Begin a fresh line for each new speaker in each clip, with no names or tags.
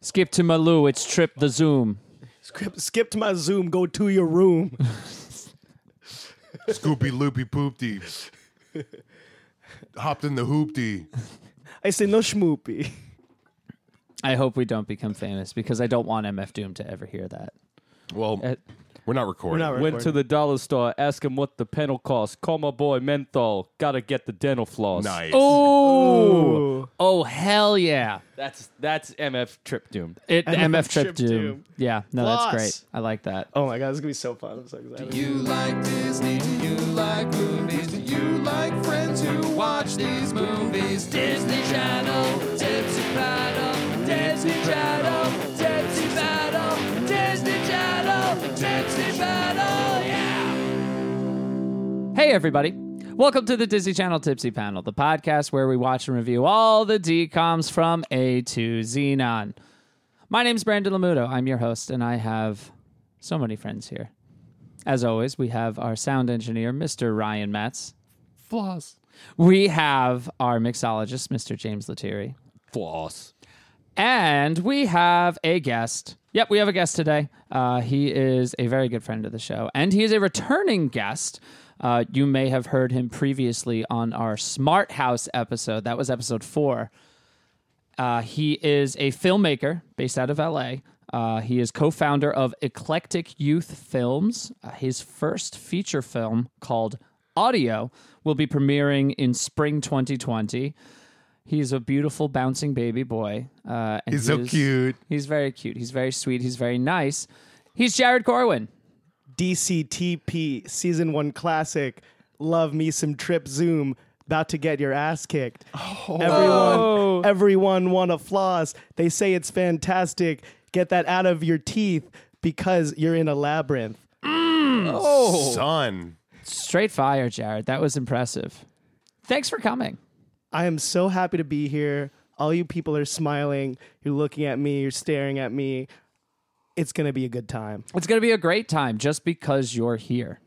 Skip to Malou. It's Trip the Zoom.
Skip, skip to my Zoom. Go to your room.
Scoopy loopy poopty. Hopped in the hoopty.
I say no schmoopy.
I hope we don't become famous because I don't want MF Doom to ever hear that.
Well,
Uh,
we're not recording.
not
Went to the dollar store, asked him what the penal cost. Call my boy menthol. Gotta get the dental floss.
nice.
Oh, oh, hell yeah!
That's that's MF Trip Doom.
It MF, Trip,
Trip
Doom.
Doom.
Yeah, no,
Floss.
that's great. I like that.
Oh my god, this is gonna be so fun. I'm so excited.
You like Disney? Do you like movies? Do you like friends who watch these movies? Disney Channel, Tipsy Paddle, Disney Channel, Tipsy Paddle, Disney Channel, Tipsy Paddle, yeah!
Hey, everybody. Welcome to the Disney Channel Tipsy Panel, the podcast where we watch and review all the DCOMs from A to Xenon. My name's Brandon Lamuto. I'm your host, and I have so many friends here. As always, we have our sound engineer, Mr. Ryan Metz.
Floss.
We have our mixologist, Mr. James Lethierry.
Floss.
And we have a guest. Yep, we have a guest today. Uh, he is a very good friend of the show, and he is a returning guest. Uh, you may have heard him previously on our Smart House episode. That was episode four. Uh, he is a filmmaker based out of LA. Uh, he is co founder of Eclectic Youth Films. Uh, his first feature film called Audio will be premiering in spring 2020. He's a beautiful, bouncing baby boy. Uh, and
He's so
he is-
cute.
He's very cute. He's very sweet. He's very nice. He's Jared Corwin.
DCTP season one classic. Love me some trip Zoom. About to get your ass kicked.
Oh.
Everyone, everyone want to floss. They say it's fantastic. Get that out of your teeth because you're in a labyrinth.
Oh!
Son.
Straight fire, Jared. That was impressive. Thanks for coming.
I am so happy to be here. All you people are smiling. You're looking at me. You're staring at me. It's gonna be a good time.
It's going to be a great time just because you're here.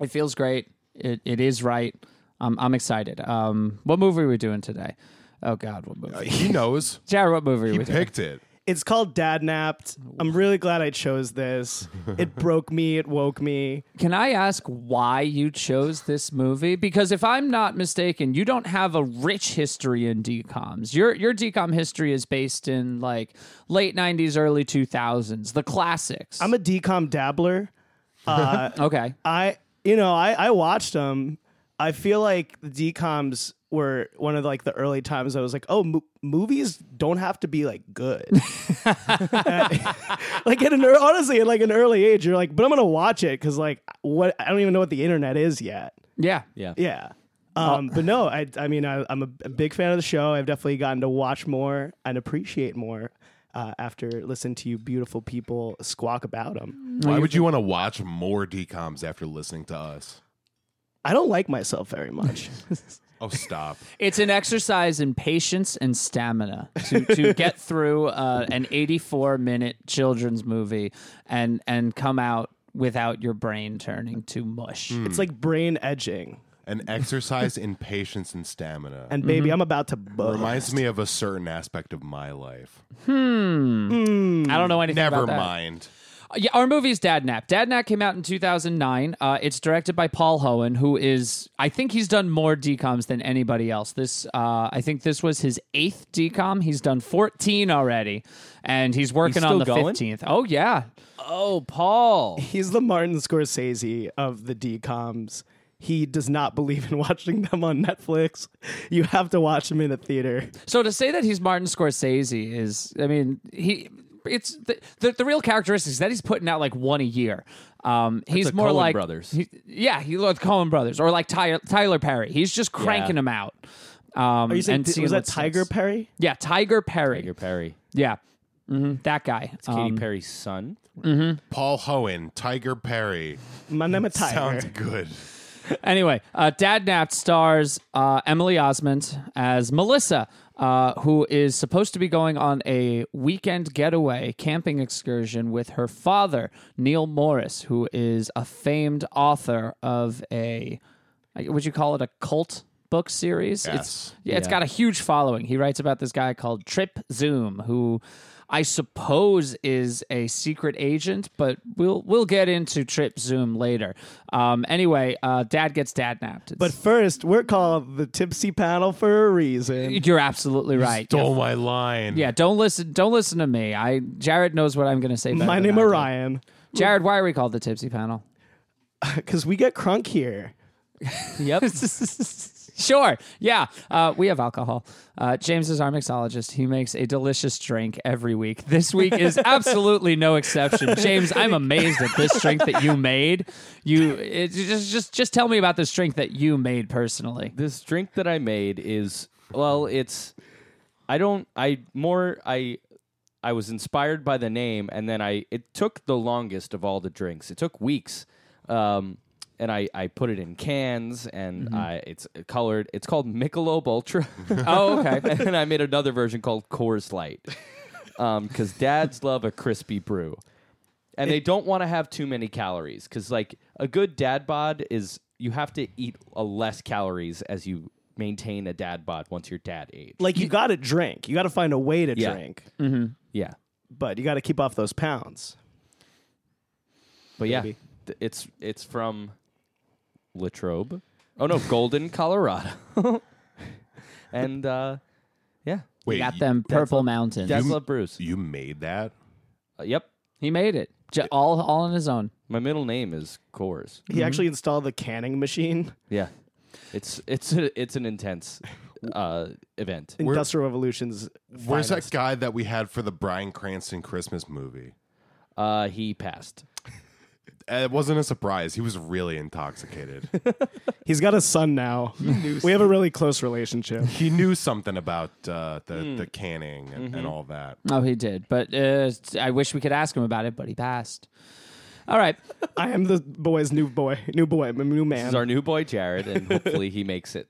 It feels great. It, it is right. Um, I'm excited. Um, what movie are we doing today? Oh, God, what movie?
He knows.
Jared, what movie are
He
we doing?
picked it.
It's called Dad Napped. I'm really glad I chose this. It broke me. It woke me.
Can I ask why you chose this movie? Because if I'm not mistaken, you don't have a rich history in DCOMs. Your, your DCOM history is based in like late 90s, early 2000s, the classics.
I'm a decom dabbler. Uh,
okay.
I you know I I watched them. I feel like the decoms were one of like the early times I was like, oh, mo- movies don't have to be like good. like at an ear- honestly at like an early age, you're like, but I'm gonna watch it because like what I don't even know what the internet is yet.
Yeah.
Yeah.
Yeah.
Uh,
Um, but no, I, I mean, I, I'm a, a big fan of the show. I've definitely gotten to watch more and appreciate more uh, after listening to you beautiful people squawk about them.
Why would you want to watch more decoms after listening to us?
I don't like myself very much.
Oh, stop.
It's an exercise in patience and stamina to, to get through uh, an 84 minute children's movie and and come out without your brain turning to mush.
it's like brain edging.
An exercise in patience and stamina.
And baby,
Mm-hmm.
I'm about to bust.
Reminds me of a certain aspect of my life.
I don't know anything
Never
about that.
mind.
Uh, Yeah, our movie is Dad Nap. Dad Nap came out in 2009. Uh, it's directed by Paul Hohen, who is, I think he's done more DCOMs than anybody else. This, uh, I think this was his eighth DCOM. He's done 14 already, and he's working on
still
the
going?
15th. Oh, yeah.
Oh, Paul.
He's the Martin Scorsese of the DComs. He does not believe in watching them on Netflix. You have to watch them in a theater.
So to say that he's Martin Scorsese is, I mean, he. It's the, the the real characteristics that he's putting out like one a year. Um, he's
the
more
Coen
like
brothers.
he- yeah, he loved Cohen Brothers or like Tyler, Tyler Perry. He's just cranking
Yeah.
them out. Um,
Are you saying
and
was
seeing
that
what
Tiger
sticks.
Perry?
yeah, Tiger Perry.
Edgar Perry.
Yeah, hmm that guy. Um,
Katy Perry's son.
Paul Hohen, Tiger Perry.
My name is Tiger.
Sounds good.
anyway, uh, Dad Napped stars uh, Emily Osment as Melissa, uh, who is supposed to be going on a weekend getaway camping excursion with her father, Neil Morris, who is a famed author of a, would you call it a cult? Book series. It's,
Yes.
yeah, it's got a huge following. He writes about this guy called Trip Zoom, who I suppose is a secret agent, but we'll we'll get into Trip Zoom later. Um, anyway, uh, Dad gets dad napped.
But first, we're called the Tipsy Panel for a reason.
you're absolutely right.
Stole my line.
Yeah, don't listen. Don't listen to me. I Jared knows what I'm going to say. better
My
than
name
I
is
do.
Ryan
Jared, why are we called the Tipsy Panel?
because we get crunk here.
Yep. sure. Yeah. Uh, we have alcohol. Uh, James is our mixologist. He makes a delicious drink every week. This week is absolutely no exception. James, I'm amazed at this drink that you made. You it, just just just tell me about this drink that you made personally.
this drink that I made is well, it's I don't I more I I was inspired by the name and then I it took the longest of all the drinks. It took weeks. Um and I, I put it in cans and
Mm-hmm.
I it's colored. It's called Michelob Ultra.
Oh, okay.
and then I made another version called Coors Light. Um, because dads love a crispy brew, and they don't want to have too many calories. Because like a good dad bod is, you have to eat a less calories as you maintain a dad bod once you're dad age.
Like you got to drink. You got to find a way to
Yeah.
drink,
Yeah,
but you got to keep off those pounds.
but yeah,
Maybe.
th- it's it's from Latrobe. Oh no, Golden, Colorado, and uh, yeah,
Wait,
Got
you-
them purple mountains.
dads love brews.
You made that?
Uh, yep,
He made it. Ju- all all on his own.
my middle name is Coors.
He
Mm-hmm.
actually installed the canning machine.
Yeah, it's it's a, it's an intense uh, event.
Industrial Revolution's.
Where's
finest.
that guy that we had for the Brian Cranston Christmas movie?
Uh, he passed.
Uh, It wasn't a surprise. He was really intoxicated.
He's got a son now. we have a really close relationship.
he knew something about uh, the,
Hmm.
the canning and, and all that.
Oh, he did. But uh, I wish we could ask him about it, but he passed. All right.
I am the boy's new boy, new boy, my new
This
man.
is our new boy Jared, and hopefully he makes it.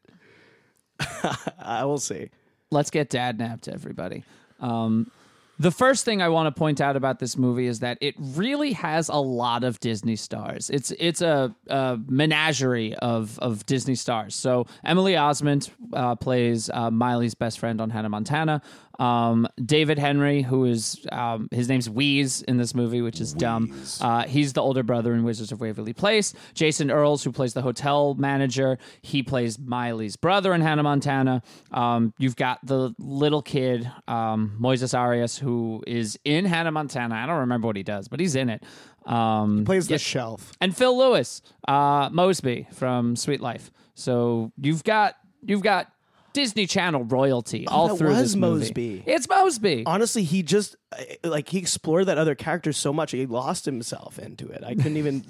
I will see.
let's get dad napped everybody um, the first thing i want to point out about this movie is that it really has a lot of disney stars it's it's a, a menagerie of of disney stars so emily osment uh, plays uh, miley's best friend on hannah montana um, david henry who is um, his name's wheeze in this movie which is dumb uh, he's the older brother in wizards of waverly place jason earls who plays the hotel manager he plays miley's brother in hannah montana um, you've got the little kid um, moises arias who is in hannah montana i don't remember what he does but he's in it um,
Plays the shelf.
and phil lewis uh, mosby from sweet life so you've got you've got disney channel royalty all
Oh, that
through
was
this movie.
Mosby.
it's mosby
Honestly, he just I- like he explored that other character so much he lost himself into it. I couldn't even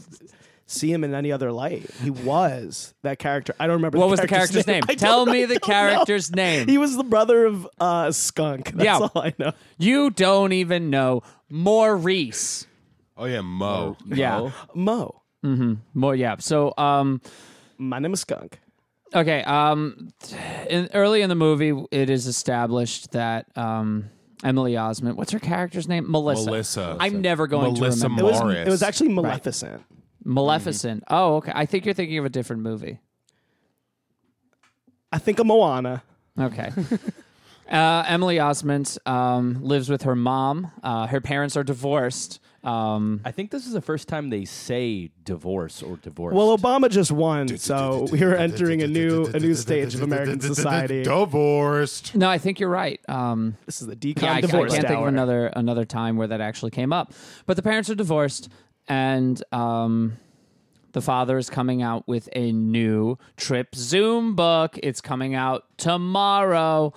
see him in any other light. He was that character. I don't remember.
What was the character's name?
I don't-
Tell me
I
the
don't know.
character's name.
He was the brother of uh, Skunk. That's
Yeah.
all I know.
You don't even know Maurice.
Oh, yeah, Mo.
Yeah.
Oh.
Mo.
More yeah. So um
My name is Skunk.
okay, um in, early in the movie it is established that um Emily Osment, what's her character's name? Melissa.
Melissa.
I'm never going
Melissa
to remember.
It was,
Morris.
it was actually Maleficent.
Maleficent. Oh, okay. I think you're thinking of a different movie.
I think a Moana.
Okay. uh, Emily Osment um, lives with her mom. Uh, her parents are divorced. Um,
I think this is the first time they say divorce or divorce.
Well, Obama just won, so we are entering a new a new stage of American society.
Divorced.
no, I think you're right. Um,
This is the decon
yeah, I, I can't
divorce
think of
hour.
another another time where that actually came up. But the parents are divorced, and um, the father is coming out with a new Trip Zoom book. It's coming out tomorrow,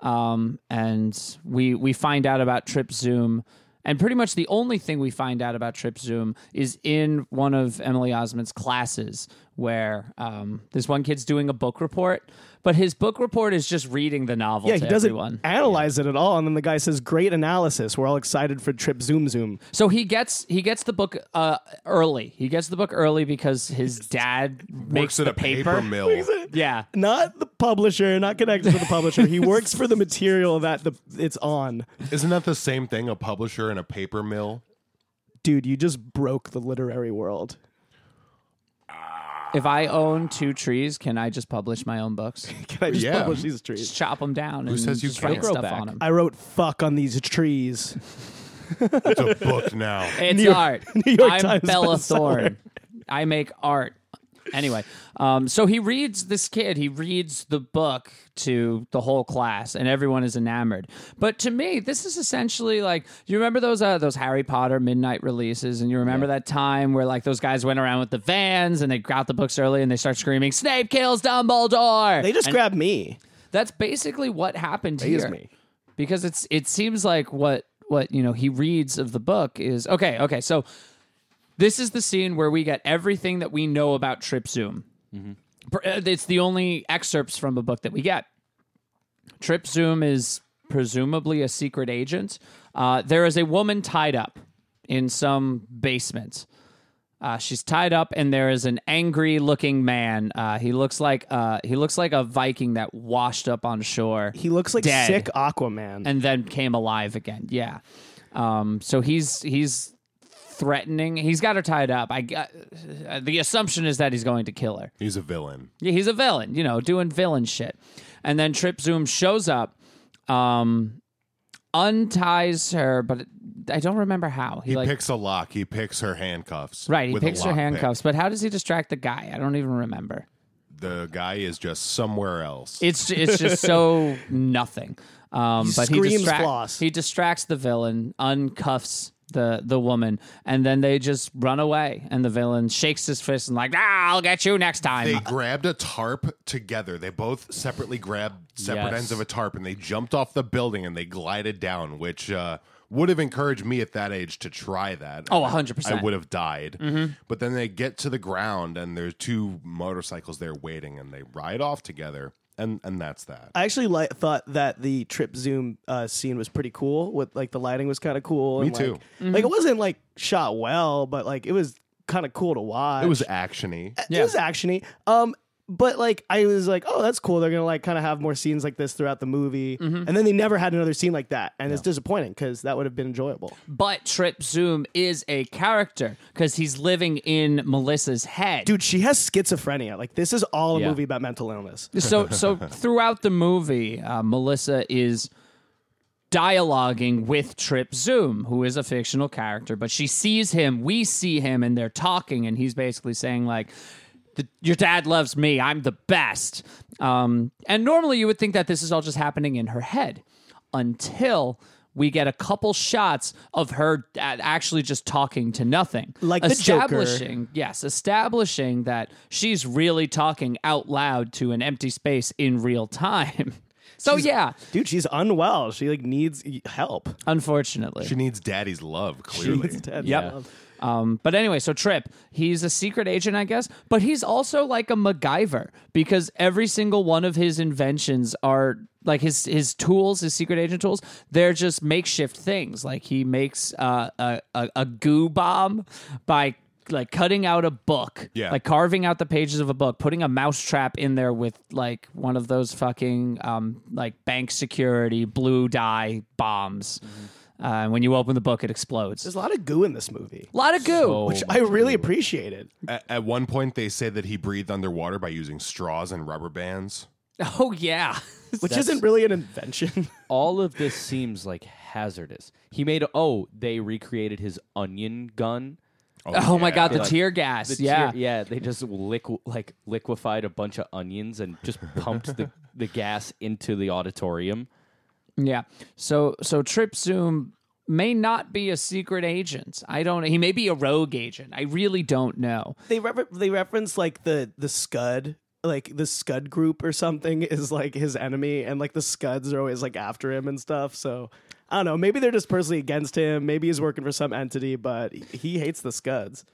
um, and we we find out about Trip Zoom. And pretty much the only thing we find out about Trip Zoom is in one of Emily Osmond's classes, where um, this one kid's doing a book report, but his book report is just reading the novel
yeah,
to
he doesn't
everyone.
analyze it at all, and then the guy says, "Great analysis." We're all excited for Trip Zoom Zoom.
So he gets he gets the book uh, early. He gets the book early because his dad makes
Works
the
at a paper, mill.
Yeah.
Not the publisher, not connected to the publisher. He works for the material that the it's on.
Isn't that the same thing? A publisher and a paper mill?
Dude, you just broke the literary world.
If I own two trees, can I just publish my own books?
Can I just
Yeah.
publish these
Just
trees?
chop them down and
says you
just write
can't?
stuff
Microback.
on them.
I wrote fuck on these trees.
It's a book now.
It's
New York-
art.
New York
I'm
Times
Bella
bestseller.
Thorne. I make art. Anyway, um, so he reads this kid. He reads the book to the whole class, and everyone is enamored. But to me, this is essentially like you remember those uh, those Harry Potter midnight releases, and you remember that time where like those guys went around with the vans and they got the books early and they start screaming, "Snape kills Dumbledore!"
They just
And
grabbed me.
that's basically what happened
Excuse
here
me.
because it's it seems like what what you know he reads of the book is okay okay so this is the scene where we get everything that we know about Trip Zoom. Pr- uh, It's the only excerpts from a book that we get. Trip Zoom is presumably a secret agent. Uh, there is a woman tied up in some basement. Uh, she's tied up, and there is an angry-looking man. Uh, he looks like uh, he looks like a Viking that washed up on shore
He looks like
Dead.
sick Aquaman.
and then came alive again. Yeah. Um, so he's he's threatening. He's got her tied up. I got, uh, the assumption is that he's going to kill her.
He's a villain.
Yeah, he's a villain, you know, doing villain shit. And then Trip Zoom shows up, um, unties her, but I don't remember how.
He picks a lock. He picks her handcuffs.
right. He
with a
picks her
lock pick.
handcuffs, but how does he distract the guy? I don't even remember.
The guy is just somewhere else.
It's it's just so nothing. Um, but he
screams
distract-
floss.
He distracts the villain, uncuffs the the woman, and then they just run away. And the villain shakes his fist and like, ah, I'll get you next time.
they grabbed a tarp together. They both separately grabbed separate
Yes.
ends of a tarp and they jumped off the building and they glided down, which uh, would have encouraged me at that age to try that.
Oh, 100%.
I would have died.
Mm-hmm.
But then they get to the ground and there's two motorcycles there waiting and they ride off together. And, and that's that.
I actually li- thought that the trip zoom uh, scene was pretty cool. With like the lighting was kind of cool. Me and,
too.
Like, like, it wasn't like shot well, but like it was kind of cool to watch.
it was actiony.
Yeah.
it was actiony. Um, but like I was like, oh, that's cool. They're gonna like kind of have more scenes like this throughout the movie, and then they never had another scene like that, and it's disappointing because that would have been enjoyable.
but Trip Zoom is a character because he's living in Melissa's head.
Dude, she has schizophrenia. Like this is all a
Yeah.
movie about mental illness.
so so throughout the movie, uh, Melissa is dialoguing with Trip Zoom, who is a fictional character, but she sees him, we see him, and they're talking, and he's basically saying like. "The- Your dad loves me. I'm the best. Um, and normally you would think that this is all just happening in her head until we get a couple shots of her a- actually just talking to nothing.
Like the Joker.
establishing establishing- yes, establishing that she's really talking out loud to an empty space in real time. So yeah,
Dude, she's unwell. She like needs e- help.
unfortunately.
She needs daddy's love, clearly.
It's dead.
Yep. Um, but anyway, so Trip, he's a secret agent, I guess, but he's also like a MacGyver because every single one of his inventions are like his his tools, his secret agent tools. They're just makeshift things. Like he makes uh, a, a a goo bomb by like cutting out a book,
Yeah.
like carving out the pages of a book, putting a mousetrap in there with like one of those fucking um like bank security blue dye bombs. Uh, when you open the book, it explodes.
There's a lot of goo in this movie,
A lot of goo.
which I really appreciated.
At, at one point, they say that he breathed underwater by using straws and rubber bands.
Oh yeah.
Which isn't really an invention.
all of this seems like hazardous. He made oh, they recreated his onion gun.
oh my
yeah.
god, the
Like,
tear gas.
The
yeah.
tear- yeah. They just liqu- like liquefied a bunch of onions and just pumped the, the gas into the auditorium.
Yeah. So so Trip Zoom may not be a secret agent. I don't he may be a rogue agent. I really don't know.
they refer- they reference like the the Scud, like the Scud group or something is like his enemy, and like the Scuds are always like after him and stuff. So I don't know. Maybe they're just personally against him. Maybe he's working for some entity, but he hates the Scuds.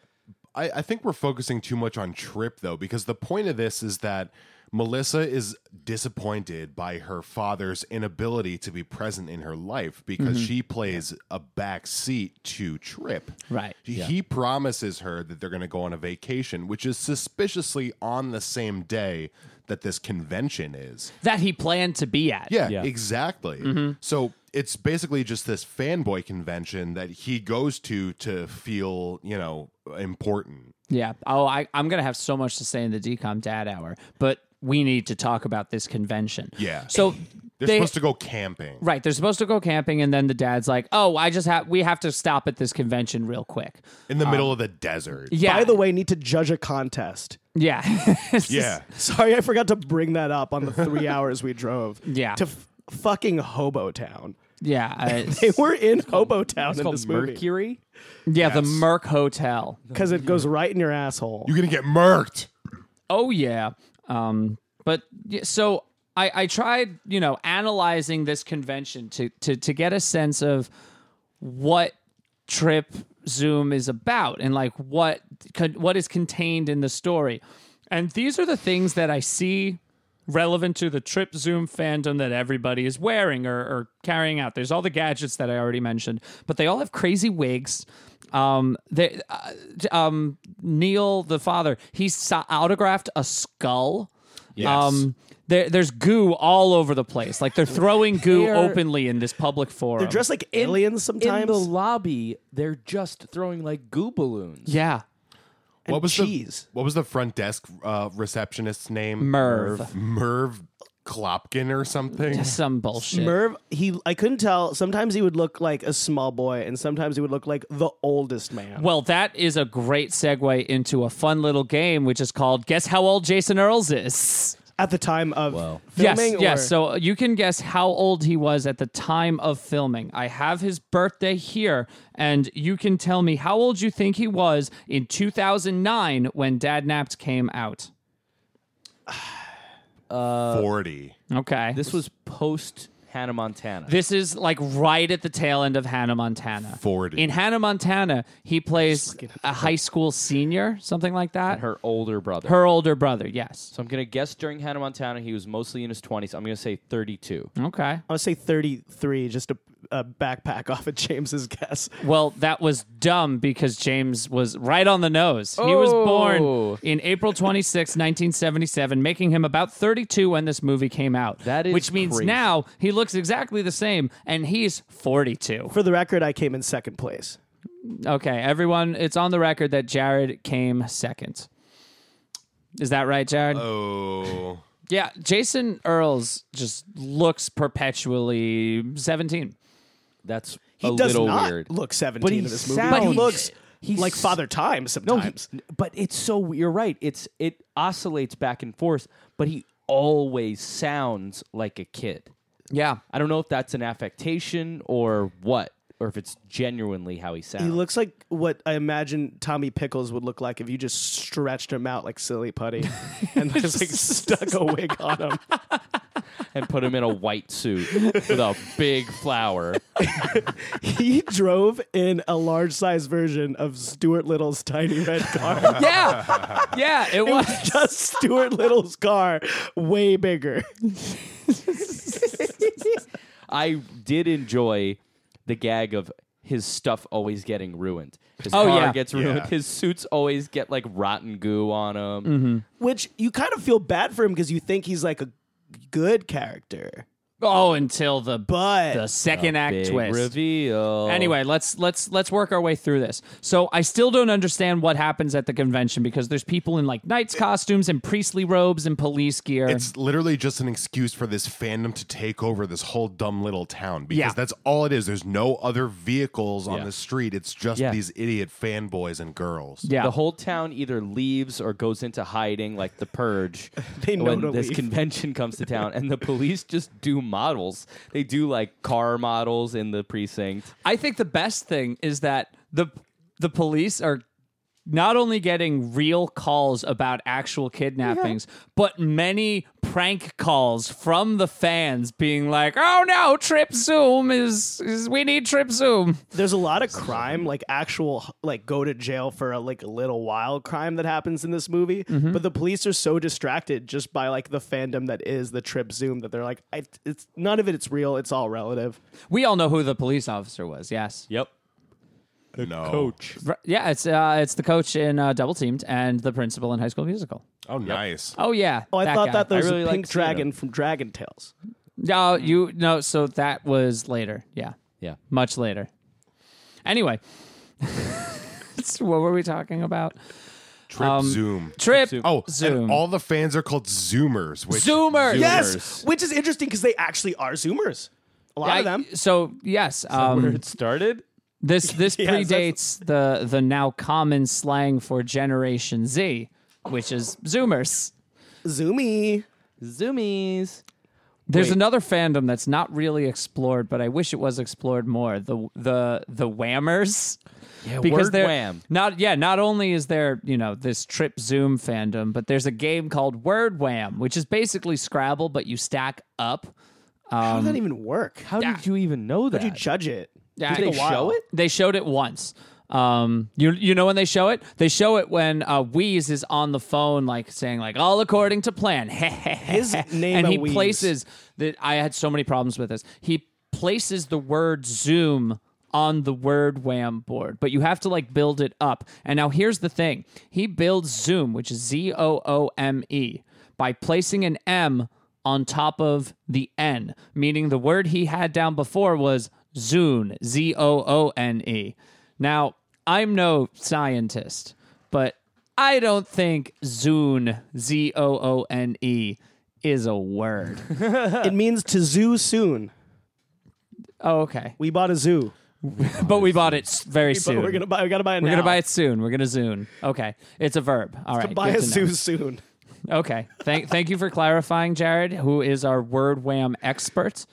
I, I think we're focusing too much on Trip though, because the point of this is that Melissa is disappointed by her father's inability to be present in her life because she plays a backseat to Trip.
Right,
He promises her that they're going to go on a vacation, which is suspiciously on the same day that this convention is.
That he planned to be at.
Yeah, exactly. So it's basically just this fanboy convention that he goes to to feel, you know, important.
Yeah. Oh, I, I'm going to have so much to say in the DCOM Dad Hour, but we need to talk about this convention.
Yeah.
So
They're
they,
supposed to go camping.
right, they're supposed to go camping, and then the dad's like, "Oh, I just have we have to stop at this convention real quick."
in the
Um,
middle of the desert.
Yeah.
By the way, need to judge a contest.
yeah. It's
Yeah.
Sorry, I forgot to bring that up on the three hours we drove.
Yeah.
To f- fucking Hobotown.
just- yeah. I-
They were in Hobotown
It's
in
called
this movie.
Mercury.
yeah. The Merc Hotel.
Because it goes right in your asshole.
You're gonna get murked.
Oh yeah. Um, but yeah, so I, I tried, you know, analyzing this convention to to to get a sense of what Trip Zoom is about and like what con- what is contained in the story. And these are the things that I see relevant to the Trip Zoom fandom that everybody is wearing or, or carrying out. There's all the gadgets that I already mentioned, but they all have crazy wigs. Um, they, uh, um, Neil, the father, he sa- autographed a skull. Um, there, there's goo all over the place. Like they're throwing goo
They are-
openly in this public forum.
They're dressed like aliens sometimes.
In the lobby, they're just throwing like goo balloons.
yeah,
What was
cheese.
the What was the front desk uh, receptionist's name?
Merv.
Merv Klopkin or something.
some bullshit.
Merv, he I couldn't tell. Sometimes he would look like a small boy, and sometimes he would look like the oldest man.
Well, that is a great segue into a fun little game, which is called Guess How Old Jason Earls Is.
At the time of
Yes,
filming, or-
yes. So you can guess how old he was at the time of filming. I have his birthday here, and you can tell me how old you think he was in 2009 when Dad Napped came out. Uh,
Forty.
Okay. This,
This was post Hannah Montana.
is like right at the tail end of Hannah Montana.
40.
In Hannah Montana, he plays a high school senior, something like that. Her,
her older brother.
older brother, yes.
so I'm gonna guess during Hannah Montana he was mostly in his 20s. I'm gonna say 32.
Okay.
I would say thirty-three, just a, a backpack off of James's guess.
Well, that was dumb because James was right on the nose. He was
Oh.
born in April 26, 1977, making him about 32 when this movie came out.
That is
Which means
crazy.
now he looks exactly the same and he's 42.
For the record, I came in second place.
Okay, everyone, it's on the record that Jared came second. Is that right, Jared?
Oh,
yeah, Jason Earls just looks perpetually 17
That's
He
a
does
little
not
weird.
look seventeen
But he
in this movie.
sounds-
But
he
he-
looks
he's-
like Father Time
No,
sometimes.
he- but it's so you're right. It's it oscillates back and forth, but he always sounds like a kid.
Yeah.
I don't know if that's an affectation or what, or if it's genuinely how he sounds.
He looks like what I imagine Tommy Pickles would look like if you just stretched him out like silly putty and just like stuck a wig on him.
and put him in a white suit with a big flower.
He drove in a large size version of Stuart Little's tiny red car.
Yeah. Yeah, it was.
Just Stuart Little's car, way bigger.
I did enjoy the gag of his stuff always getting ruined. His
Oh,
car
yeah.
gets ruined.
Yeah.
His suits always get like rotten goo on them.
Which you kind of feel bad for him because you think he's like a good character.
Oh, until the
But
the second act
Big
twist.
reveal.
Anyway, let's let's let's work our way through this. So I still don't understand what happens at the convention because there's people in like knights costumes and priestly robes and police gear.
it's literally just an excuse for this fandom to take over this whole dumb little town because
Yeah.
that's all it is. There's no other vehicles on
Yeah.
the street. It's just
Yeah.
these idiot fanboys and girls.
yeah.
The whole town either leaves or goes into hiding, like the purge.
They know
when
to
this
leave.
convention comes to town, and the police just do models. They do like car models in the precinct.
I think the best thing is that the the police are not only getting real calls about actual kidnappings, but many prank calls from the fans being like, "Oh no, Trip Zoom is, is we need Trip Zoom."
there's a lot of crime like actual like go to jail for a like a little while crime that happens in this movie
Mm-hmm.
but the police are so distracted just by like the fandom that is the trip zoom that they're like I, it's none of it it's real it's all relative
We all know who the police officer was. Yes.
Yep.
no.
Right. Yeah, it's uh, it's the coach in uh, Double Teamed and the principal in High School Musical.
Oh, nice.
Oh yeah.
oh i thought that
guy.
there was
really
a
like
pink
seeing
dragon from dragon tales
No, you no. So that was later. Yeah,
Yeah.
much later. Anyway, it's- what were we talking about?
Trip Zoom.
Trip.
Oh,
um, Zoom.
and all the fans are called Zoomers. Which
Zoomers.
Zoom-
Yes,
Zoomers.
which is interesting because they actually are Zoomers. A lot
I-
of them.
So yes,
Where
um,
it started?
this this
Yes, that's-
predates the the now common slang for Generation Z, which is Zoomers.
Zoomy.
Zoomies.
There's
Wait.
another fandom that's not really explored, but I wish it was explored more. The the the whammers.
Yeah,
because
word
they're
wham.
not yeah not only is there you know this trip zoom fandom but there's a game called word wham which is basically scrabble but you stack up
How does that even work? How
How did you even know that?
do you judge it?
Um, Yeah,
It took
they
a while.
show it?
they showed it once um you you know when they show it they show it when uh Wheeze is on the phone like saying like all according to plan his
name
and
a
he
Wheeze.
places that I had so many problems with this he places the word zoom on the word wham board but you have to like build it up and now here's the thing he builds zoom which is Z O O M E by placing an M on top of the N meaning the word he had down before was Zune, Z O O N E. Now, I'm no scientist, but I don't think Zune, Z O O N E, is a word.
It means to zoo soon.
Oh, okay.
We bought a zoo.
But we bought it s- very
But
soon.
we're gonna buy. We gotta buy it.
We're gonna buy it soon. We're gonna Zune. Okay. It's a verb. All right.
Buy
good
a
to know.
zoo soon.
Okay. Thank thank you for clarifying, Jared, who is our word wham expert.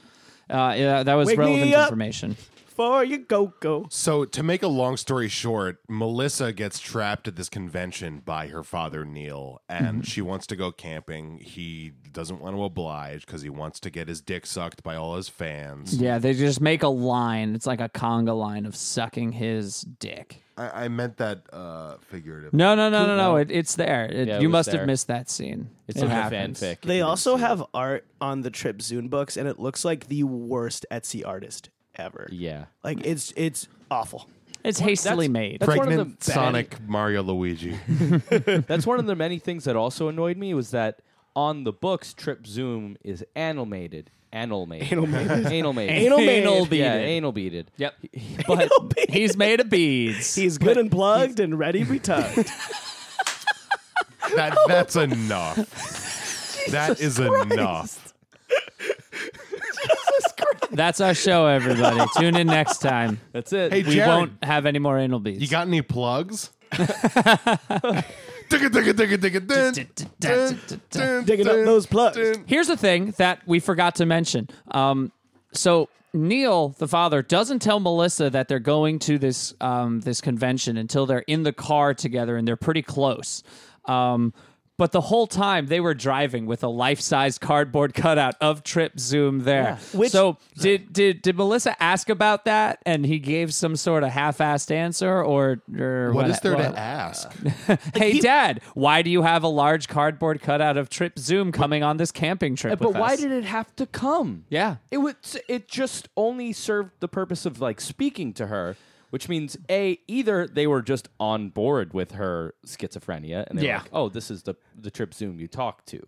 Uh, yeah, that was
Wake me
relevant
up.
information.
For you go go.
So, to make a long story short, Melissa gets trapped at this convention by her father, Neil, and she wants to go camping. He doesn't want to oblige because he wants to get his dick sucked by all his fans.
Yeah, they just make a line. It's like a conga line of sucking his dick.
I, I meant that uh, figuratively.
No, no, no, no, no. It, it's there. It-
Yeah, it
you
was
must have
there.
missed that scene.
It's
it
in the
happens.
fanfic.
They also have art on the Trip Zune books, and it looks like the worst Etsy artist ever.
Yeah.
Like it's it's awful.
It's hastily made.
that's one of
Pregnant
the bad-
Sonic Mario Luigi.
That's one of the many things that also annoyed me was that on the books, Trip Zoom is animated. Animated. Animated. Animated.
Anal made.
Anal
Yeah,
beaded.
anal beaded.
Yep.
But
He's made of beads.
He's good and plugged and ready to be tugged.
That, that's enough. that is enough.
That's our show, everybody. Tune in next time.
that's it.
Hey,
We
Jared,
won't have any more anal beads.
you got any plugs? Digga, digga, digga, digga, dun, dun, dun,
Digging up
dun,
those plugs.
dun.
Here's the thing that we forgot to mention. Um, so Neil, the father, doesn't tell Melissa that they're going to this um, this convention until they're in the car together and they're pretty close. Um, but the whole time they were driving with a life size cardboard cutout of Trip Zoom there.
which-
so did did did Melissa ask about that and he gave some sort of half assed answer or, or
What is there
what-
to ask?
Hey Dad, why do you have a large cardboard cutout of Trip Zoom coming on this camping trip?
but
with
why
us?
did it have to come?
Yeah.
It was it just only served the purpose of like speaking to her, which means A, either they were just on board with her schizophrenia and they
Yeah.
were like, Oh, this is the the Trip Zoom you talk to.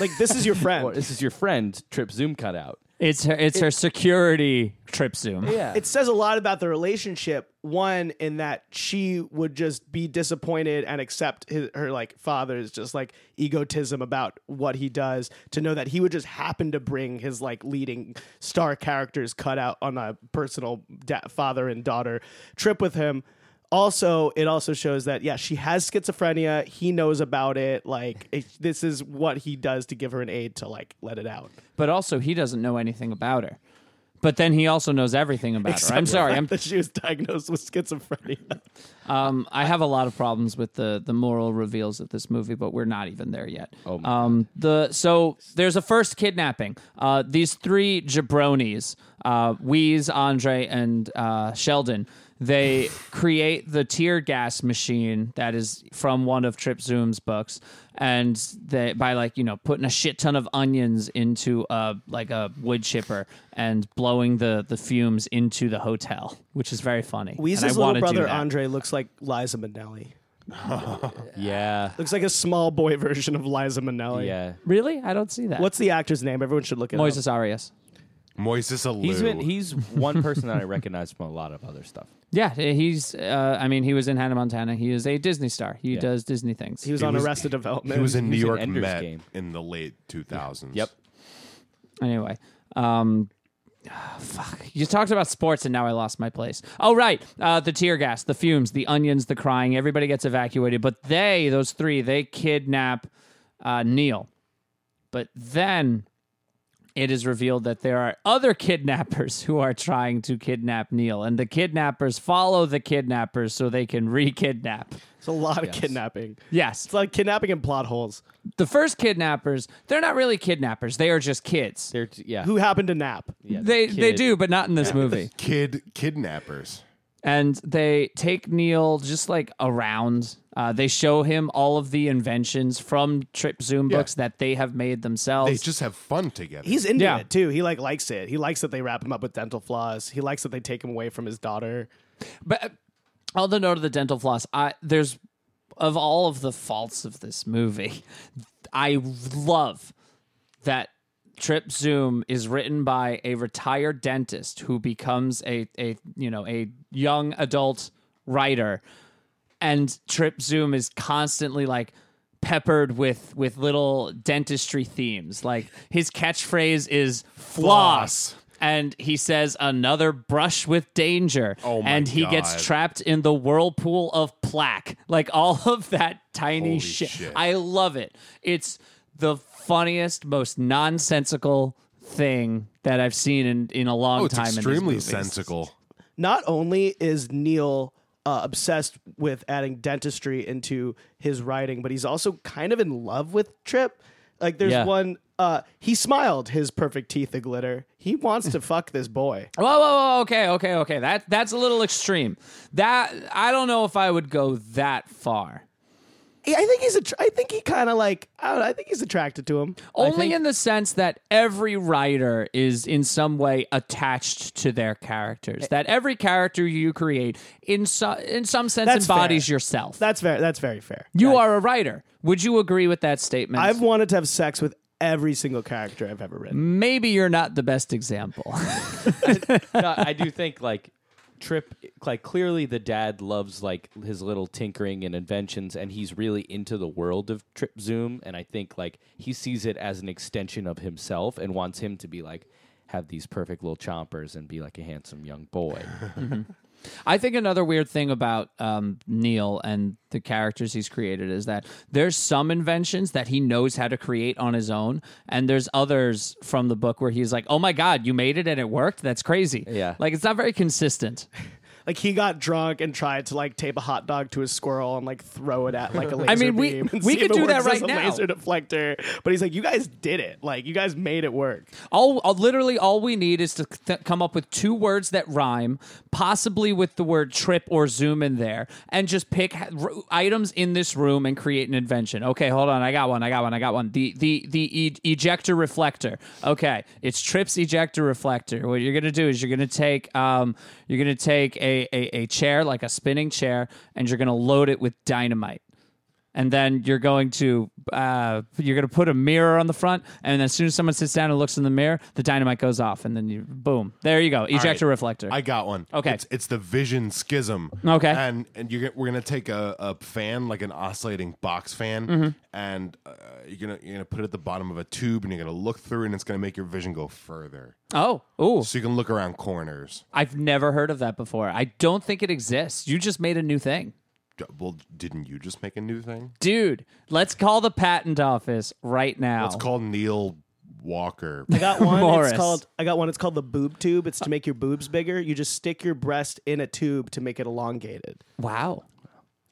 Like this is your
or
friend.
this is your friend Trip Zoom cutout.
It's her. It's her security trip zoom.
Yeah.
It says a lot about the relationship. One in that she would just be disappointed and accept his, her like father's just like egotism about what he does. To know that he would just happen to bring his like leading star characters cut out on a personal da- father and daughter trip with him. Also, it also shows that yeah, she has schizophrenia. He knows about it. Like it, this is what he does to give her an aid to like let it out.
But also, he doesn't know anything about her. But then he also knows everything about her. I'm
Except
sorry.
the
I'm.
fact that she was diagnosed with schizophrenia.
Um. I have a lot of problems with the the moral reveals of this movie, but we're not even there yet. Oh
my
um. The so there's a first kidnapping. Uh. These three jabronis, uh, Wheeze, Andre, and uh, Sheldon. They create the tear gas machine that is from one of Trip Zoom's books, and they by like you know putting a shit ton of onions into a like a wood chipper and blowing the the fumes into the hotel, which is very funny.
Weeze's
and I
little
wanna do
brother
that.
Andre looks like Liza Minnelli.
Yeah.
Looks like a small boy version of Liza Minnelli.
Yeah.
Really? I don't see that.
What's the actor's name? Everyone should look it up.
Moises Arias?
Moises Alou.
He's been he's one person that I recognize from a lot of other stuff.
Yeah, he's. Uh, I mean, he was in Hannah Montana. He is a Disney star. He
Yeah.
does Disney things.
He was
He
on
was-
Arrested Development.
he was in New
was in
York
Ender's
Met
Game.
in the late 2000s.
Yep.
anyway, um, ah, fuck. You talked about sports, and now I lost my place. Oh right, uh, the tear gas, the fumes, the onions, the crying. Everybody gets evacuated, but they, those three, they kidnap uh, Neil. But then it is revealed that there are other kidnappers who are trying to kidnap Neil, and the kidnappers follow the kidnappers so they can re-kidnap.
It's a lot of kidnapping.
Yes,
It's like kidnapping and plot holes.
the first kidnappers, they're not really kidnappers. They are just kids.
They're t- yeah.
Who happened to nap?
yeah,
they
the
they
kid.
do, but not in this movie.
Kid kidnappers.
And they take Neil just like around. Uh, they show him all of the inventions from Trip Zoom
Yeah.
books that they have made themselves.
They just have fun together.
He's into
Yeah.
it too. He like likes it. He likes that they wrap him up with dental floss. He likes that they take him away from his daughter.
But uh, on the note of the dental floss, I there's of all of the faults of this movie, I love that Trip Zoom is written by a retired dentist who becomes a a you know a young adult writer, and Trip Zoom is constantly like peppered with with little dentistry themes. Like his catchphrase is floss.
Floss.
And he says another brush with danger
Oh my
and he gets
God.
trapped in the whirlpool of plaque. Like all of that tiny
Holy
shit.
shit.
I love it. It's the funniest, most nonsensical thing that I've seen in, in a long
oh, it's
time. in
extremely
these movies.
sensical.
Not only is Neil uh, obsessed with adding dentistry into his writing, but he's also kind of in love with Trip. Like there's
Yeah.
one. Uh, he smiled his perfect teeth a glitter. He wants to fuck this boy.
Whoa, whoa, whoa, okay, okay, okay. That that's a little extreme. That I don't know if I would go that far.
I I think he's a. I think he kind of like. I, don't know, I think he's attracted to him.
Only in the sense that every writer is in some way attached to their
Eh.
characters. That every character you create in so, in some sense
That's
embodies
fair.
yourself.
That's very. That's very fair.
you are a writer. Would you agree with that statement?
I've wanted to have sex with every single character I've ever written.
Maybe you're not the best example.
No, I do think like Trip like clearly the dad loves like his little tinkering and inventions and he's really into the world of Trip Zoom and I think like he sees it as an extension of himself and wants him to be like have these perfect little chompers and be like a handsome young boy.
I think another weird thing about um, Neil and the characters he's created is that there's some inventions that he knows how to create on his own, and there's others from the book where he's like, "Oh my god, you made it and it worked! That's crazy!"
Yeah.
like it's not very consistent.
Like he got drunk and tried to like tape a hot dog to a squirrel and like throw it at like a laser
mean, we-
beam and
we
see
could
if it
do that
works as
right
a
now.
Laser deflector, but he's like, you guys did it. Like you guys made it work.
All all- literally all we need is to th- come up with two words that rhyme, possibly with the word trip or zoom in there, and just pick ha- r- items in this room and create an invention. Okay, hold on, I got one, I got one, I got one. The the the e- ejector reflector. Okay, it's trips ejector reflector. What you're gonna do is you're gonna take um you're gonna take a a, a chair like a spinning chair, and you're gonna load it with dynamite and then you're going to uh, you're going to put a mirror on the front and as soon as someone sits down and looks in the mirror the dynamite goes off and then you boom there you go ejector
All right.
reflector
I got one.
Okay.
it's, it's the Vision Schism.
Okay.
and and you're get- we're gonna take a, a fan like an oscillating box fan, and uh, you're gonna you're gonna put it at the bottom of a tube, and you're gonna look through, and it's gonna make your vision go further,
oh ooh
so you can look around corners.
i've never heard of that before i don't think it exists you just made a new thing
D- Well, didn't you just make a new thing?
dude let's call the patent office right now
It's called Neil Walker.
I got one.
Morris.
It's called. I got one. It's called the boob tube. It's to make your boobs bigger. You just stick your breast in a tube to make it elongated.
wow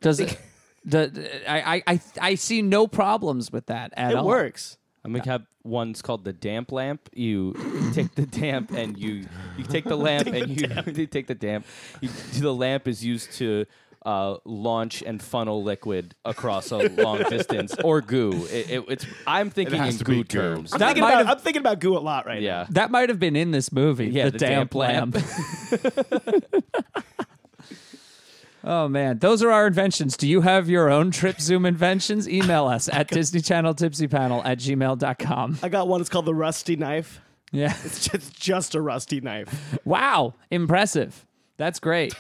does it the, I, I I I see no problems with that at
It
all.
works.
I'm gonna have one's called the damp lamp. You take the damp and you you take the lamp and you, you take the damp. You, the lamp is used to uh, launch and funnel liquid across a long distance or goo. It, it- it's I'm thinking
has
in
to be
goo
goo.
terms.
I'm,
That
thinking
might
about,
have-
I'm thinking about goo a lot right now.
yeah,
That might have been in this movie.
Yeah,
the,
the
damp,
damp lamp.
lamp. Oh man, those are our inventions. Do you have your own trip zoom inventions? Email us at Disney Channel Tipsy Panel at gmail.com.
I got one. It's called the rusty knife.
Yeah.
It's just, just a rusty knife.
Wow. Impressive. That's great.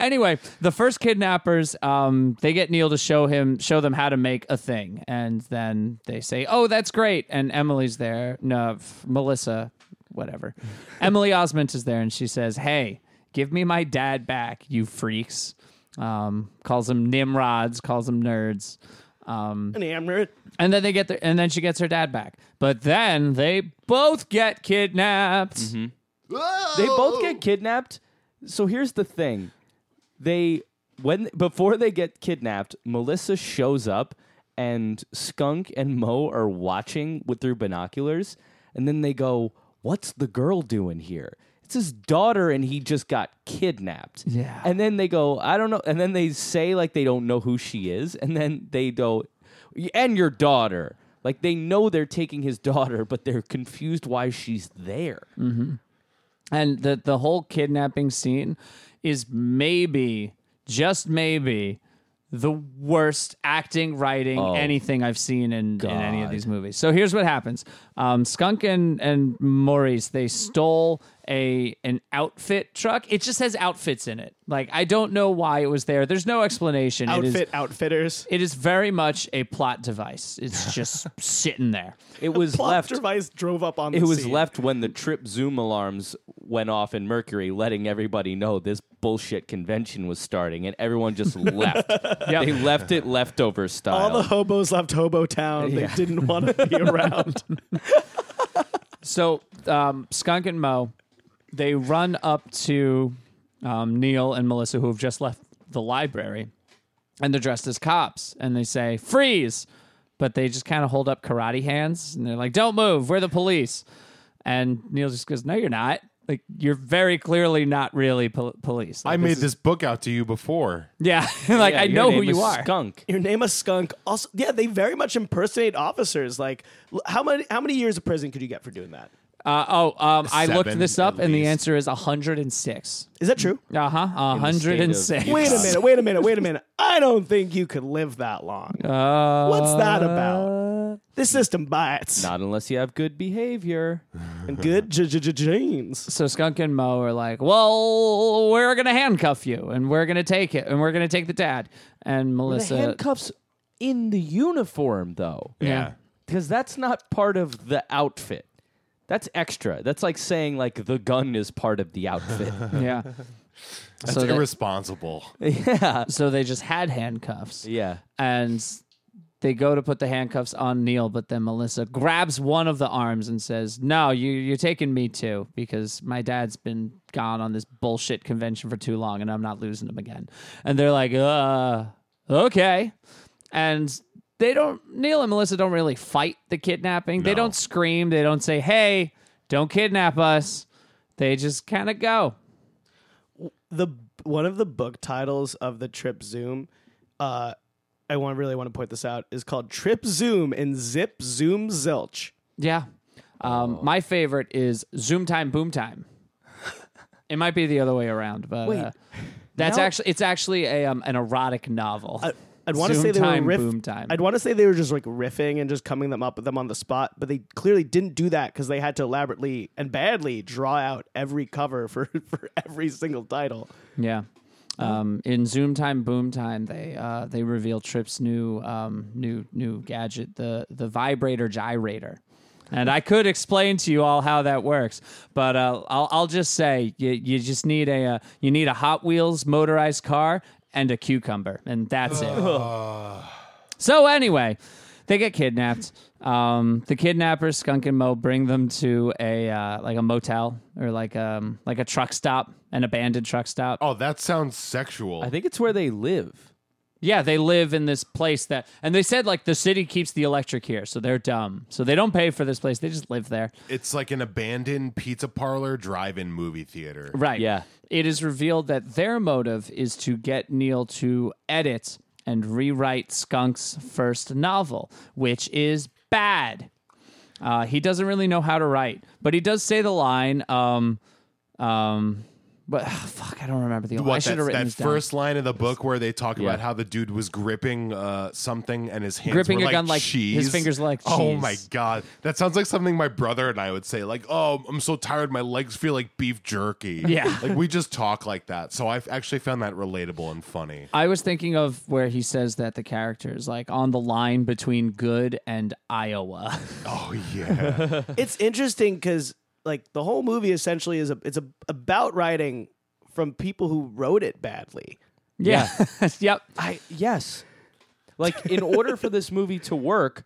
anyway, the first kidnappers, um, they get Neil to show him show them how to make a thing, and then they say, "Oh, that's great!" And Emily's there, no, f- Melissa, whatever. Emily Osment is there, and she says, "Hey, give me my dad back, you freaks!" Um, calls them nimrods, calls them nerds. Um,
And hammer Mm. it.
and then they get their, and then she gets her dad back. But then they both get kidnapped.
They both get kidnapped. So here's the thing. They when before they get kidnapped, Melissa shows up and Skunk and Mo are watching with their binoculars and then they go, "What's the girl doing here?" It's his daughter and he just got kidnapped.
Yeah.
And then they go, "I don't know." And then they say like they don't know who she is and then they go, "And your daughter." Like they know they're taking his daughter, but they're confused why she's there.
And the the whole kidnapping scene is maybe just maybe the worst acting, writing, anything I've seen in, in any of these movies. So here's what happens: um, Skunk and and Maurice they stole a an outfit truck. It just has outfits in it. Like I don't know why it was there. There's no explanation. It is-
Outfit outfitters.
It is very much a plot device. It's just sitting there.
It was
Plot
left.
device drove up on the
It was
scene.
left when the trip Zoom alarms went off in Mercury, letting everybody know this bullshit convention was starting, and everyone just left.
Yep.
They left it leftover
All
style.
the hobos left Hobo Town. They didn't want to be around.
So um, Skunk and Mo, they run up to um, Neil and Melissa, who have just left the library, and they're dressed as cops, and they say freeze, but they just kind of hold up karate hands, and they're like, "Don't move, we're the police." And Neil just goes, "No, you're not. Like you're very clearly not really pol- police." Like,
I
this
made
is-
this book out to you before.
Yeah, like
Yeah,
I
your
know who
name
you
is
are.
Skunk.
Your name a skunk. Also, yeah, they very much impersonate officers. Like, l- how many how many years of prison could you get for doing that?
Uh, oh, um, I looked
Seven,
this up,
at
and the
least.
answer is 106.
Is that true?
Uh huh.
the state of
106.
Wait a
Utah.
minute. Wait a minute. Wait a minute. I don't think you could live that long. What's that about? This system bites.
Not unless you have good behavior.
And good j- j- j- jeans.
So Skunk and Mo are like, well, we're going to handcuff you and we're going to take it and we're going to take the dad. And
The
Melissa.
handcuffs in the uniform, though,
yeah.
because that's not part of the outfit. That's extra. That's like saying like the gun is part of the outfit.
Yeah.
That's
So, they,
irresponsible.
yeah,
so they just had handcuffs.
yeah.
And they go to put the handcuffs on Neil, but then Melissa grabs one of the arms and says, no, you, you're taking me too because my dad's been gone on this bullshit convention for too long and I'm not losing him again. And they're like, uh, okay. and they don't Neil and Melissa don't really fight the kidnapping. They don't scream, they don't say, "Hey, don't kidnap us." They just kind of go.
the one of the book titles of the trip zoom uh i want really want to point this out is called trip zoom and zip zoom zilch
Yeah.
Oh.
Um, my favorite is Zoom Time Boom Time. it might be the other way around, but uh, that's
now-
actually it's actually a um, an erotic novel.
I, i'd want to
Zoom
say they
time,
were riff-
boom time.
i'd want to say they were just like riffing and just coming them up with them on the spot but they clearly didn't do that because they had to elaborately and badly draw out every cover for for every single title
yeah. Um, in Zoom Time Boom Time, they uh, they reveal Trip's new um, new new gadget, the the vibrator gyrator. And I could explain to you all how that works, but uh, I'll, I'll just say you, you just need a uh, you need a Hot Wheels motorized car and a cucumber, and that's it. So anyway, they get kidnapped. Um, the kidnappers, Skunk and Mo, bring them to a uh, like a motel or like um like a truck stop, an abandoned truck stop.
Oh, that sounds sexual.
I think it's where they live.
Yeah, they live in this place that, and they said like the city keeps the electric here, so they're dumb. So they don't pay for this place; they just live there.
it's like an abandoned pizza parlor drive-in movie theater.
Right.
Yeah.
It is revealed that their motive is to get Neil to edit and rewrite Skunk's first novel, which is bad. Uh, he doesn't really know how to write, but he does say the line, um, um, But fuck, I don't remember the.
What,
I should
that-
have written
that
this down.
first line of the book where they talk
Yeah.
about how the dude was gripping uh, something and his hands
Gripping
were
a
like
gun like- his
cheese.
fingers like
Oh
cheese.
my god, that sounds like something my brother and I would say. Like, oh, I'm so tired, my legs feel like beef jerky.
Yeah.
like we just talk like that. So I've actually found that relatable and funny.
I was thinking of where he says that the character is like on the line between good and Iowa.
Oh yeah,
it's interesting because like the whole movie essentially is a, it's a, about writing from people who wrote it badly.
Yeah. yep.
I yes. Like in order for this movie to work,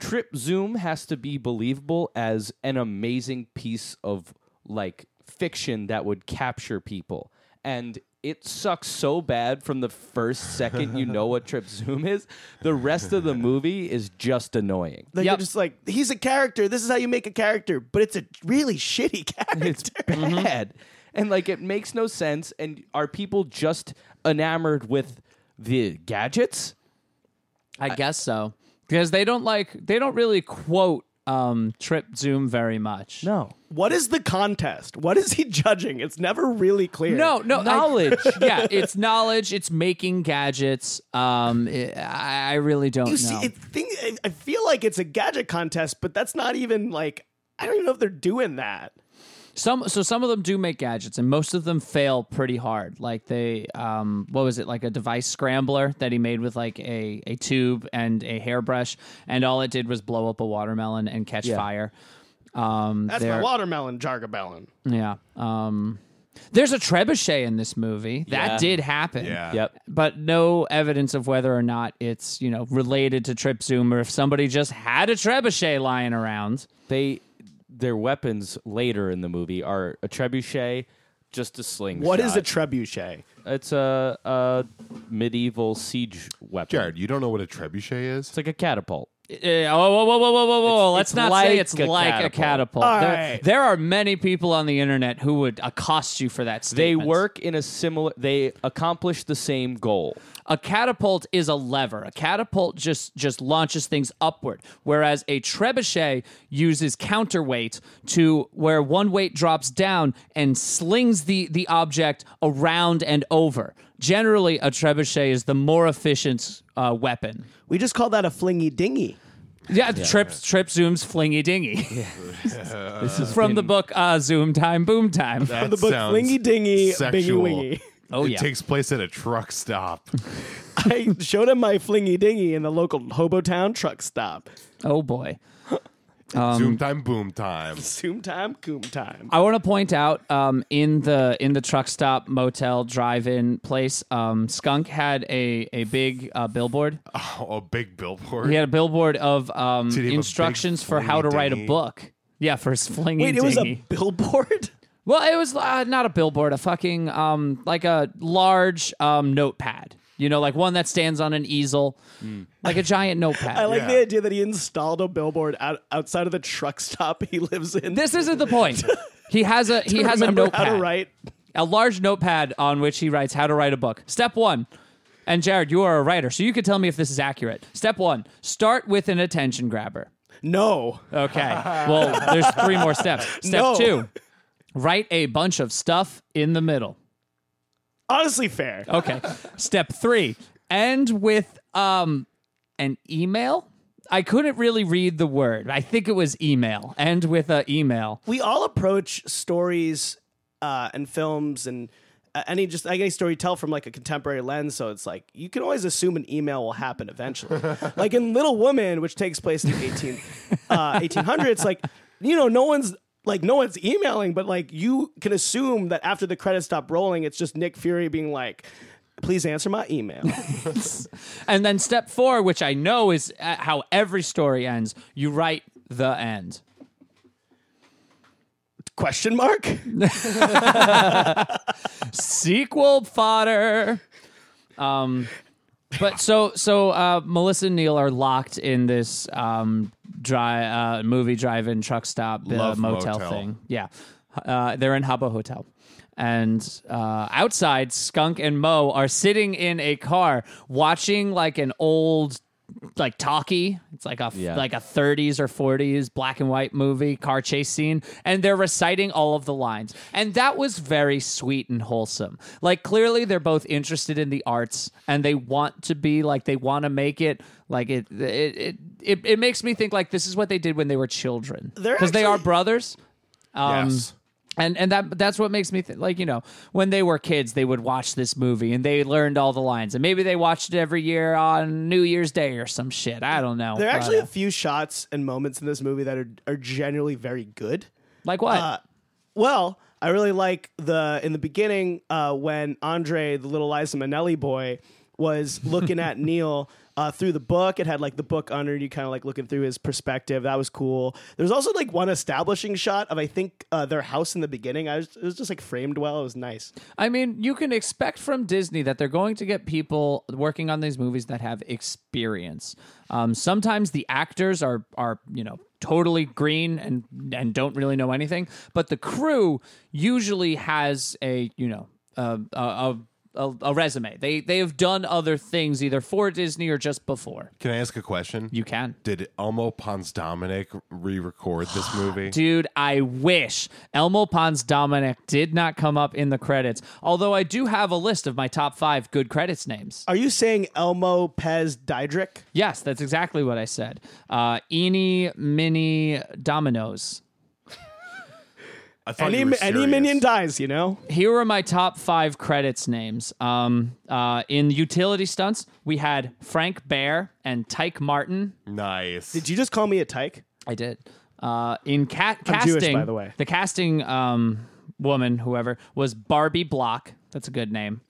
Trip Zoom has to be believable as an amazing piece of like fiction that would capture people. And it sucks so bad from the first second you know what Trip Zoom is. The rest of the movie is just annoying.
Like
Yep.
you're just like he's a character. This is how you make a character, but it's a really shitty character.
It's bad. And like it makes no sense. And are people just enamored with the gadgets?
I guess so. Because they don't like they don't really quote um Trip Zoom very much.
No.
What is the contest? What is he judging? It's never really clear.
No, no I-
Knowledge.
yeah, it's knowledge. It's making gadgets. Um, it, I I really don't
you
know.
see, it thing, I- I feel like it's a gadget contest, but that's not even like I don't even know if they're doing that.
Some so some of them do make gadgets, and most of them fail pretty hard. Like they, um, what was it? Like a device scrambler that he made with like a a tube and a hairbrush, and all it did was blow up a watermelon and catch fire. Um,
That's
there-
my watermelon jargabellon.
yeah. Um, there's a trebuchet in this movie that
Yeah.
did happen.
yeah,
Yep.
But no evidence of whether or not it's you know related to Trip Zoom or if somebody just had a trebuchet lying around.
they their weapons later in the movie are a trebuchet, just a slingshot.
What is a trebuchet?
it's a, a medieval siege weapon.
Jared, you don't know what a trebuchet is?
It's like a catapult.
Eh, oh, whoa, whoa, whoa, whoa, whoa, whoa.
It's-
Let's
it's
not say
like
it's
a
like a catapult.
catapult.
All
there,
right.
there are many people on the internet who would accost you for that
They
statement.
work in a similar. They accomplish the same goal.
A catapult is a lever. A catapult just just launches things upward, whereas a trebuchet uses counterweight to where one weight drops down and slings the the object around and over. Generally, a trebuchet is the more efficient uh, weapon.
We just call that a flingy dingy.
Yeah, trip trip zooms flingy dingy. this is from the book uh, Zoom Time Boom Time.
That
the book
sounds
Flingy Dingy, Bingy
sexual.
Wingy.
Oh,
it
yeah.
takes place at a truck stop.
I showed him my flingy dingy in the local Hobotown truck stop.
Oh boy. Um,
Zoom time, boom time.
Zoom time, coom time.
I want to point out um, in the in the truck stop motel drive-in place, um, Skunk had a a big uh, billboard.
Oh, a big billboard.
He had a billboard of um,
he have a big
instructions for how to write a
flingy-dingy?
book. Yeah, for his flingy
Wait, it was a
dingy.
billboard?
Well, it was uh, not a billboard, a fucking um, like a large um, notepad. You know, like one that stands on an easel, like a giant notepad.
Hmm. I like
Yeah.
the idea that he installed a billboard out, outside of the truck stop he lives in.
This isn't the point. He has a he has a
Remember
notepad,
How to write.
a large notepad on which he writes how to write a book. Step one. And Jared, you are a writer, so you could tell me if this is accurate. Step one: start with an attention grabber.
No.
Okay. Well, there's three more steps. Step
No.
two: write a bunch of stuff in the middle.
Honestly, fair.
Okay. Step three: end with um an email. I couldn't really read the word. I think it was email. End with an email.
we all approach stories uh, and films and uh, any just any story you tell from like a contemporary lens. So it's like you can always assume an email will happen eventually. like in Little Woman, which takes place in eighteen uh, eighteen hundreds, like you know, no one's like no one's emailing, but like you can assume that after the credits stop rolling, it's just Nick Fury being like. Please answer my email.
And then step four, which I know is uh, how every story ends, you write the end.
Question mark?
Sequel fodder. Um, but so so uh, Melissa and Neil are locked in this um, dry uh, movie drive-in truck stop uh,
Love
motel,
motel.
thing. Yeah, uh, they're in Habbo Hotel, and uh, outside Skunk and Mo are sitting in a car watching like an old like talkie. It's like a
Yeah.
like a 30s or 40s black and white movie car chase scene, and they're reciting all of the lines, and that was very sweet and wholesome. Like clearly they're both interested in the arts, and they want to be like they want to make it like it it it it, it makes me think like this is what they did when they were children
They're
because they are
actually-
brothers. Um,
yes.
and and that that's what makes me think like you know when they were kids they would watch this movie and they learned all the lines and maybe they watched it every year on New Year's Day or some shit I don't know
There are
But,
actually
uh,
a few shots and moments in this movie that are are generally very good.
like what
Uh, well, I really like the in the beginning uh, when Andre, the little Liza Minnelli boy, was looking at Neil uh, through the book. It had like the book under you, kind of like looking through his perspective. That was cool. There's also like one establishing shot of I think uh, their house in the beginning. I was, it was just like framed well. It was nice.
I mean you can expect from Disney that they're going to get people working on these movies that have experience um, sometimes the actors are are you know totally green and and don't really know anything but the crew usually has a you know uh, a, a a, a resume. They they have done other things either for Disney or just before.
Can I ask a question?
You can.
Did Elmo Pons Dominic re-record this movie?
Dude, I wish Elmo Pons Dominic did not come up in the credits. Although I do have a list of my top five good credits names.
Are you saying Elmo Pez Dydrick?
Yes, that's exactly what I said. Uh, Eeny, Mini, Dominoes.
I thought
Any
you were
any
serious.
minion dies, you know.
Here are my top five credits names. Um, uh, in utility stunts, we had Frank Bear and Tyke Martin.
Nice.
Did you just call me a tyke?
I did. Uh, in cat
I'm
casting,
Jewish, by the way.
the casting um, woman, whoever was Barbie Block. That's a good name.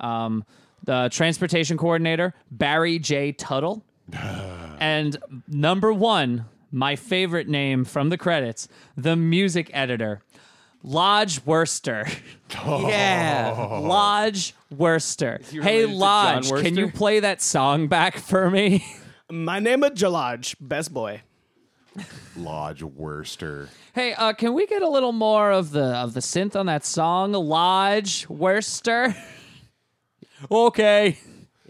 Um, the transportation coordinator, Barry J. Tuttle, and number one, my favorite name from the credits, the music editor, Lodge Worcester.
Yeah.
Lodge Worcester. Hey,
related to John
Lodge, can
Worcester?
you play that song back for me?
My name is Jalaj, best boy.
Lodge Worcester?
Hey, uh, can we get a little more of the of the synth on that song, Lodge Worcester? okay.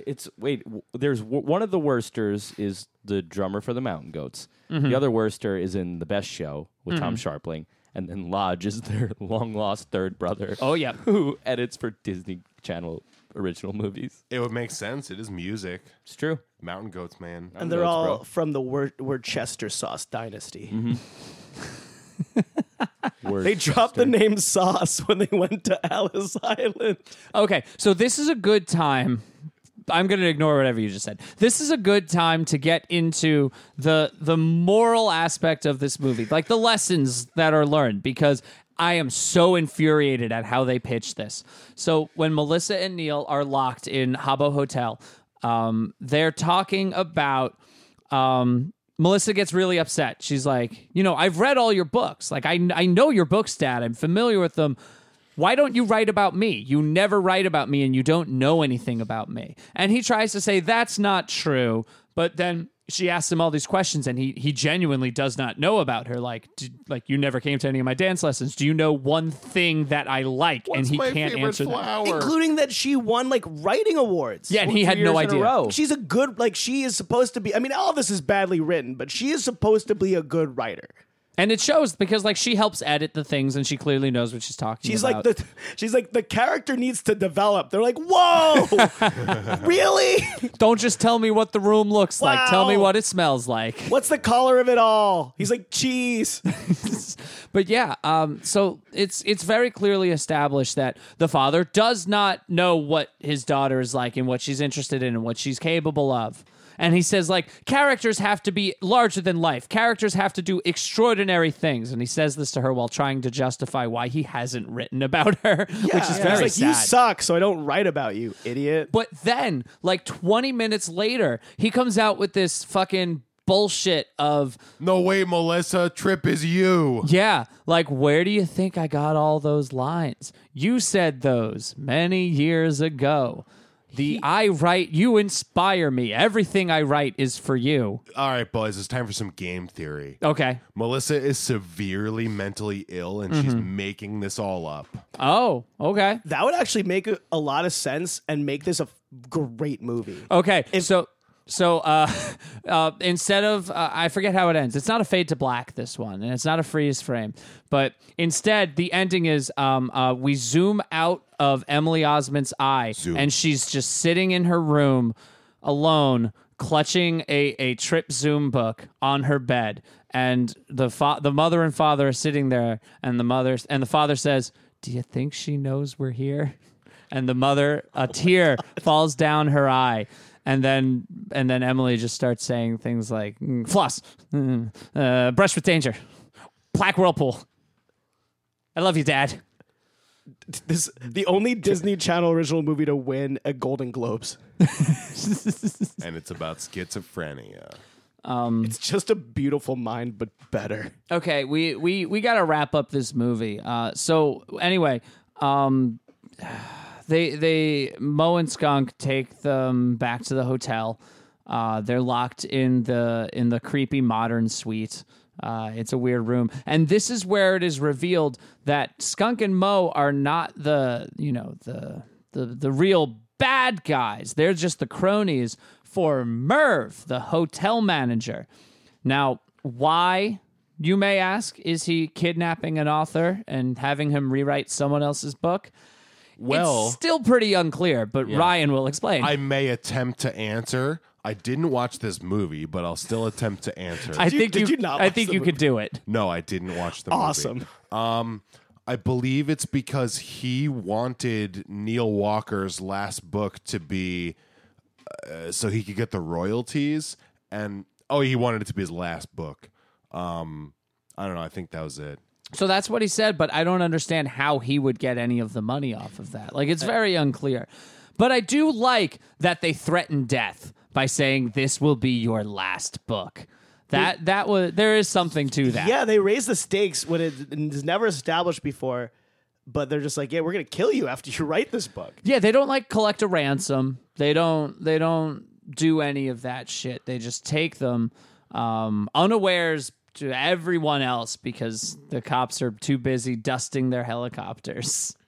It's wait. W- there's w- one of the worsters is the drummer for the Mountain Goats. The other worster is in the Best Show with Tom Sharpling, and then Lodge is their long lost third brother.
Oh yeah.
who edits for Disney Channel original movies?
It would make sense. It is music.
It's true.
Mountain goats, man.
And they're
Goats,
all
bro.
from the Wor- Worcester Sauce Dynasty.
Word.
They dropped the name Sauce when they went to Ellis Island.
Okay, so this is a good time. I'm going to ignore whatever you just said. This is a good time to get into the the moral aspect of this movie, like the lessons that are learned because I am so infuriated at how they pitch this. So when Melissa and Neil are locked in Habbo Hotel, um, they're talking about um, Melissa gets really upset. She's like, you know, I've read all your books. Like, I, I know your books, Dad. I'm familiar with them. Why don't you write about me? You never write about me and you don't know anything about me. And he tries to say, that's not true. But then she asks him all these questions and he, he genuinely does not know about her. Like, d like you never came to any of my dance lessons. Do you know one thing that I like? and
What's
he
my
can't
favorite
answer that.
flower?
Including that she won like writing awards.
Yeah, and he had
Two
no
years in
idea.
a row.
She's a good like she is supposed to be I mean all this is badly written, but she is supposed to be a good writer.
And it shows because like she helps edit the things and she clearly knows what she's talking
She's
about.
like the she's like the character needs to develop. They're like, "Whoa! really?
Don't just tell me what the room looks like. Tell me
Wow.
what it smells like.
What's the color of it all?" He's like, "Cheese."
But yeah, um, so it's it's very clearly established that the father does not know what his daughter is like and what she's interested in and what she's capable of. And he says like characters have to be larger than life. Characters have to do extraordinary things. And he says this to her while trying to justify why he hasn't written about her, which is
He's
very
like,
sad.
"You suck, so I don't write about you, idiot."
But then, like 20 minutes later, he comes out with this fucking bullshit of
No way, Melissa. Trip is you.
Yeah. Like, where do you think I got all those lines? You said those many years ago. The I write, you inspire me. Everything I write is for you.
All right, boys. It's time for some game theory.
Okay.
Melissa is severely mentally ill, and she's
Mm-hmm.
making this all up.
Oh, okay.
That would actually make a, a lot of sense and make this a f- great movie.
Okay. so So uh, uh, instead of uh, I forget how it ends. It's not a fade to black this one, and it's not a freeze frame. But instead, the ending is um, uh, we zoom out of Emily Osmond's eye, and she's just sitting in her room alone, clutching a, a trip Zoom book on her bed. And the fa- the mother and father are sitting there, and the mother and the father says, "Do you think she knows we're here?" and the mother a tear falls down her eye and then and then emily just starts saying things like "Mm, floss Mm, uh, brush with danger black whirlpool i love you dad
This the only Disney Channel original movie to win a Golden Globes.
and it's about schizophrenia.
It's just a beautiful mind, but better.
okay we we we gotta wrap up this movie uh so anyway um they they mo and skunk take them back to the hotel uh they're locked in the in the creepy modern suite uh, it's a weird room, and this is where it is revealed that Skunk and Mo are not the you know the the the real bad guys. They're just the cronies for Merv, the hotel manager. Now, why you may ask, is he kidnapping an author and having him rewrite someone else's book?
Well-
it's still pretty unclear, but Ryan will explain.
I may attempt to answer. I didn't watch this movie, but I'll still attempt to answer.
I
you-
think
did
you,
you not
I
watch
think
the
you could do it.
no, I didn't watch the
Awesome.
movie. Awesome. Um, I believe it's because he wanted Neil Walker's last book to be uh, so he could get the royalties, and oh, he wanted it to be his last book. Um, I don't know. I think that was it.
So that's what he said, but I don't understand how he would get any of the money off of that. Like it's very unclear. But I do like that they threaten death by saying this will be your last book. That that was there is something to that.
Yeah, they raise the stakes when it is never established before, but they're just like, yeah, we're gonna kill you after you write this book.
Yeah, they don't like collect a ransom. They don't they don't do any of that shit. They just take them um unawares to everyone else because the cops are too busy dusting their helicopters.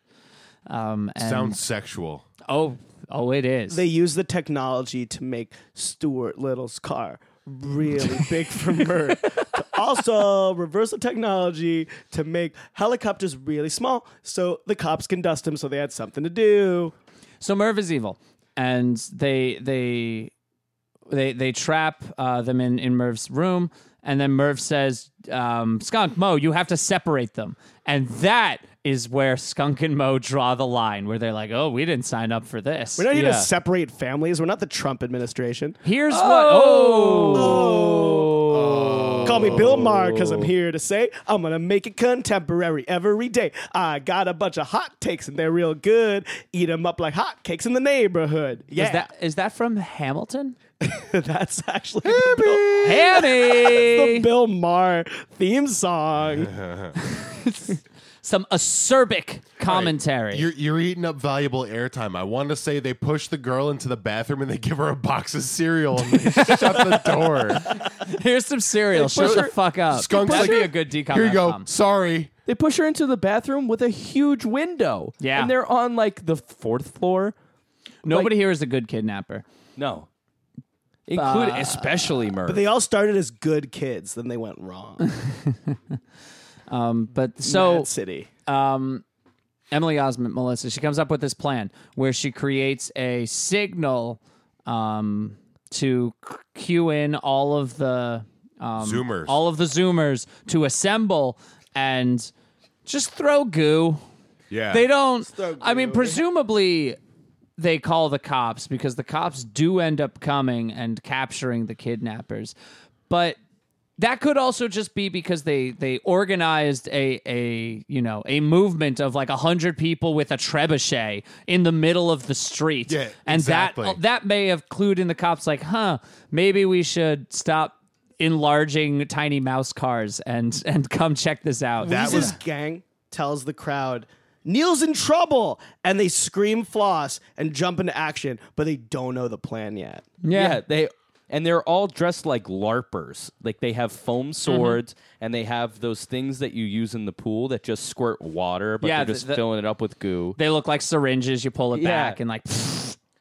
Um and
Sounds sexual.
oh oh it is.
They use the technology to make Stuart Little's car really big for Mert. to also reverse the technology to make helicopters really small so the cops can dust them so they had something to do.
So Merv is evil, and they they they they trap uh, them in in Merv's room, and then Merv says, um, "Skunk Mo, you have to separate them," and that is where Skunk and Mo draw the line, where they're like, "Oh, we didn't sign up for this."
We're not here
Yeah.
to separate families. We're not the Trump administration.
Here's what. Oh.
Oh!
Call me Bill Maher because I'm here to say I'm going to make it contemporary every day. I got a bunch of hot takes and they're real good. Eat them up like hot cakes in the neighborhood.
Is
Yeah,
that is that from Hamilton?
that's actually the Bill, the
Hammy,
Bill Maher theme song.
some acerbic commentary.
You're, you're eating up valuable airtime. I want to say they push the girl into the bathroom and they give her a box of cereal and they shut the door.
Here's some cereal. Shut the fuck up.
Skunk's
That'd
like,
be a good decom.
Here you go.
com.
Sorry.
They push her into the bathroom with a huge window.
Yeah.
And they're on like the fourth floor.
Nobody here is a good kidnapper.
No. Include especially Murph.
They all started as good kids, then they went wrong.
But so
Mad City.
Emily Osment, Melissa, she comes up with this plan where she creates a signal um, to c- cue in all of the um,
Zoomers.
all of the Zoomers to assemble and just throw goo.
Yeah.
They don't. I mean, presumably they call the cops because the cops do end up coming and capturing the kidnappers, but. That could also just be because they they organized a a you know a movement of like a hundred people with a trebuchet in the middle of the street,
Yeah,
and
exactly.
that uh, that may have clued in the cops like, huh, maybe we should stop enlarging tiny mouse cars and and come check this out.
That
Weez's
was-
gang tells the crowd, Neil's in trouble! And they scream floss and jump into action, but they don't know the plan yet.
Yeah. they and they're all dressed like larpers. Like they have
Mm-hmm.
foam swords and they have those things that you use in the pool that just squirt water, but
Yeah,
they're
the-
just
the-
filling it up with goo.
they look like syringes. You pull it
Yeah.
back and like,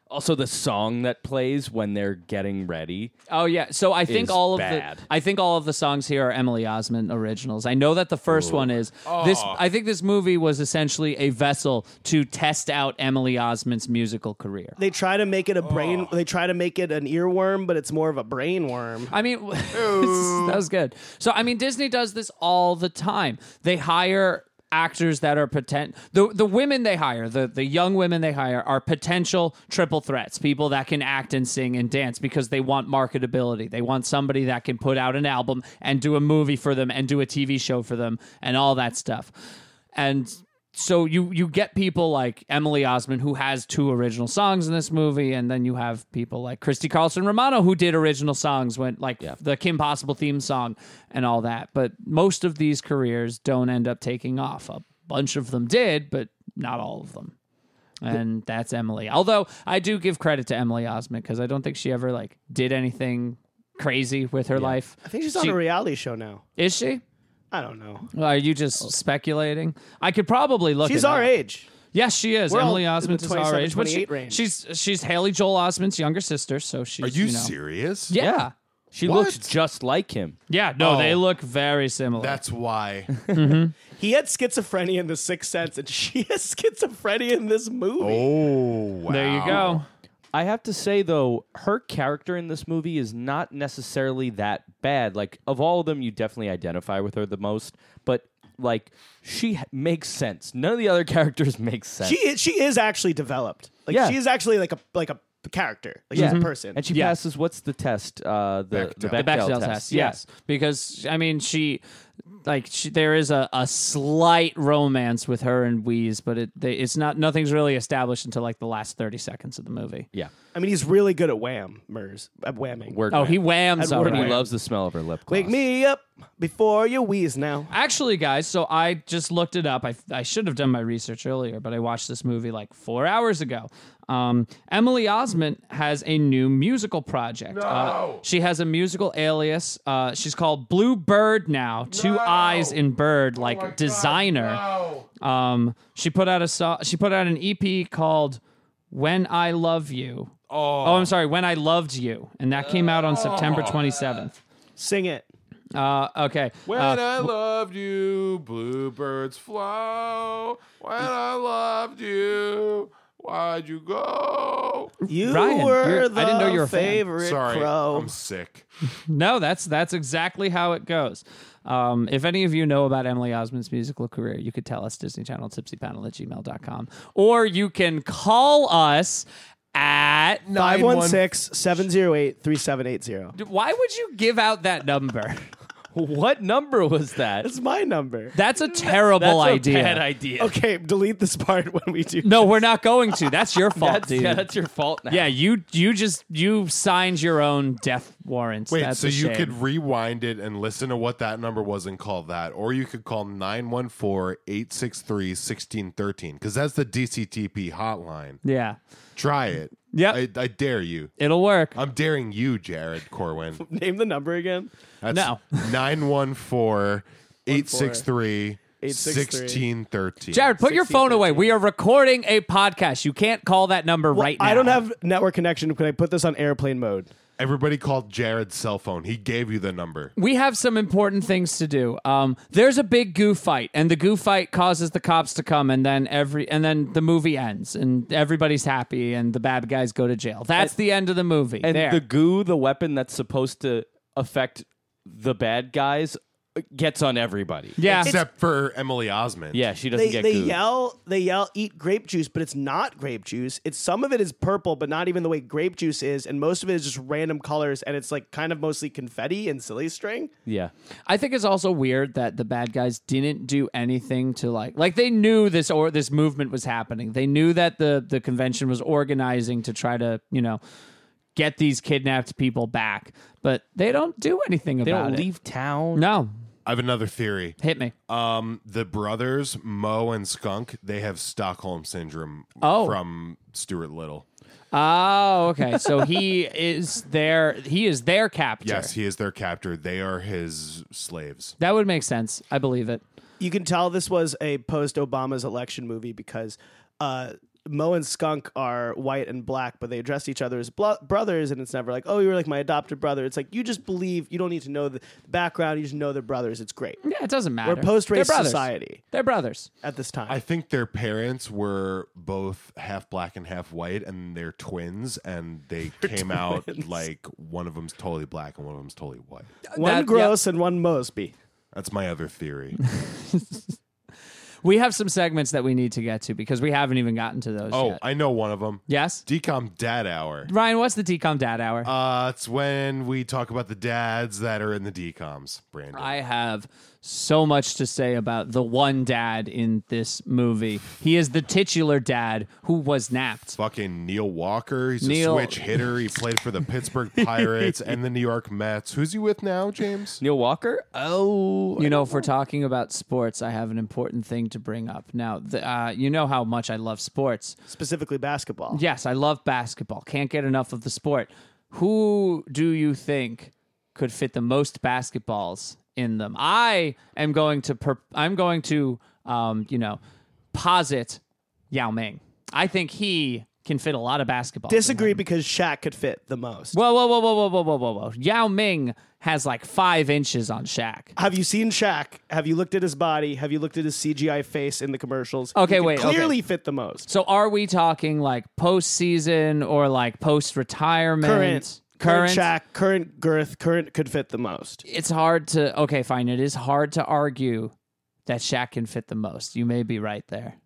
Also, the song that plays when they're getting ready.
Oh yeah. So I think
is
all of
bad.
the I think all of the songs here are Emily Osmond originals. I know that the first one is this. I think this movie was essentially a vessel to test out Emily Osmond's musical career.
They try to make it a brain. They try to make it an earworm, but it's more of a brain worm.
I mean, that was good. So I mean, Disney does this all the time. They hire actors that are potent. The the women they hire, the the young women they hire, are potential triple threats. People that can act and sing and dance because they want marketability. They want somebody that can put out an album and do a movie for them and do a TV show for them and all that stuff. And so you you get people like Emily Osmond who has two original songs in this movie, and then you have people like Christy Carlson Romano who did original songs when like the Kim Possible theme song and all that. But most of these careers don't end up taking off. A bunch of them did, but not all of them. And that's Emily. Although I do give credit to Emily Osmond because I don't think she ever like did anything crazy with her life.
I think she's on a reality show now.
Is she?
I don't know.
Well, Are you just speculating? I could probably look.
She's
it up.
our age.
Yes, she is.
We're all
Emily
in the
Osment is our
27,
age. but she-
28 range.
She's she's Haley Joel Osment's younger sister, so she's
Are you,
know.
serious?
Yeah. yeah.
Yeah. She
What?
looks just like him.
no,
Oh.
they look very similar.
That's why.
He had schizophrenia in The Sixth Sense, and she has schizophrenia in this movie.
Oh, wow.
there you go. Uh,
I have to say though, her character in this movie is not necessarily that bad. Like of all of them, you definitely identify with her the most, but like she h- makes sense. None of the other characters make sense.
She is, she is actually developed. Like
Yeah.
she is actually like a like a character. Like she's a person.
and she
Yeah.
passes. What's the test? Uh, the
Bechdel. The
the Bechdel,
The Bechdel
test.
test, yes, because I mean she, like she, there is a, a slight romance with her and Wheeze, but it they, it's not nothing's really established until like the last thirty seconds of the movie.
Yeah.
I mean, he's really good at whammers, at whamming.
Word.
Oh, he
man.
whams.
I'd
all
word
right.
He loves the smell of her lip gloss.
Wake me up before you wheeze now.
Actually, guys, so I just looked it up. I, I should have done my research earlier, but I watched this movie like four hours ago. Um, Emily Osment has a new musical project. Uh, she has a musical alias. Uh, she's called Blue Bird now. Two eyes in bird, like designer. Um, she put out a so- she put out an EP called When I Love You. Oh. I'm sorry. When I Loved You, and that came out on September 27th.
Sing it.
Uh, okay.
When
Uh,
I loved you, bluebirds flow. When I loved you, why'd you go?
You
Ryan, you're-
were
I
the
didn't know you were a fan.
favorite
Sorry,
crow.
I'm sick.
No, that's that's exactly how it goes. Um, if any of you know about Emily Osmond's musical career, you could tell us Disney Channel tipsypanel at gmail.com. Or you can call us at
516 708 3780.
why would you give out that number?
What number was that?
That's my number.
That's a terrible
That's a
idea.
bad idea.
Okay, delete this part when we do.
No, we're not going to. That's your fault,
That's,
dude.
yeah, that's your fault now.
yeah, you you just you signed your own death warrants.
Wait,
That's
so
a
you
shame.
could rewind it and listen to what that number was and call that, or you could call 914 863 1613 because that's the DCTP hotline.
yeah,
Try it.
Yep.
I, I dare you.
it'll work.
I'm daring you, Jared Corwin.
Name the number again.
That's
No.
914 863
863.
1613.
Jared, put your phone away. We are recording a podcast. You can't call that number right now.
I don't have network connection. Can I put this on airplane mode?
Everybody called Jared's cell phone. He gave you the number.
we have some important things to do. Um, there's a big goo fight, and the goo fight causes the cops to come, and then every and then the movie ends, and everybody's happy, and the bad guys go to jail. That's the end of the movie.
and
there.
the goo, the weapon that's supposed to affect the bad guys, gets on everybody.
yeah,
Except for Emily Osmond.
Yeah, she doesn't
They,
get
they
gooed.
yell, they yell, eat grape juice, but it's not grape juice. It's some of it is purple, but not even the way grape juice is, and most of it is just random colors, and it's like kind of mostly confetti and silly string.
Yeah.
I think it's also weird that the bad guys didn't do anything to like like they knew this or this movement was happening. They knew that the the convention was organizing to try to you know get these kidnapped people back, but they don't do anything
They
about
don't
it.
leave town.
No,
I have another theory.
hit me.
Um, the brothers, Mo and Skunk, they have Stockholm syndrome
Oh.
from Stuart Little.
Oh, okay. So he is their he is their captor.
Yes, he is their captor. They are his slaves.
That would make sense. I believe it.
You can tell this was a post Obama's election movie because uh, Mo and Skunk are white and black, but they address each other as blo- brothers, and it's never like, oh, you're like my adopted brother. It's like you just believe you don't need to know the background; you just know they're brothers. It's great
Yeah, it doesn't matter.
post-race
They're brothers.
society.
They're brothers.
at this time.
I think their parents were both half black and half white, and they're twins, and they came out like one of them's totally black and one of them's totally white.
one
that-
gross and one Mosby.
That's my other theory.
We have some segments that we need to get to because we haven't even gotten to those
Oh,
yet.
I know one of them.
yes?
Decom Dad Hour.
Ryan, what's the DCOM dad hour?
Uh, it's when we talk about the dads that are in the decoms, Brandon.
I have so much to say about the one dad in this movie. He is the titular dad who was napped.
Fucking Neil Walker. He's
Neil-
a switch hitter. He played for the Pittsburgh Pirates and the New York Mets. Who's he with now, James?
Neil Walker? Oh,
You know, if we're talking about sports, I have an important thing to bring up. Now, the, uh, you know how much I love sports.
specifically basketball.
Yes, I love basketball. Can't get enough of the sport. Who do you think could fit the most basketballs in them? I am going to per- I'm going to um, you know posit Yao Ming. I think he can fit a lot of basketballs. in
Disagree because Shaq could fit the most.
Whoa, whoa, whoa, whoa, whoa, whoa, whoa, whoa, whoa. Yao Ming has like five inches on Shaq.
Have you seen Shaq? Have you looked at his body? Have you looked at his CGI face in the commercials?
Okay,
He could
wait, okay.
Clearly fit the most.
So are we talking like postseason or like post retirement?
Current, current, Shaq, current girth, current could fit the most.
It's hard to okay, fine. It is hard to argue that Shaq can fit the most. You may be right there.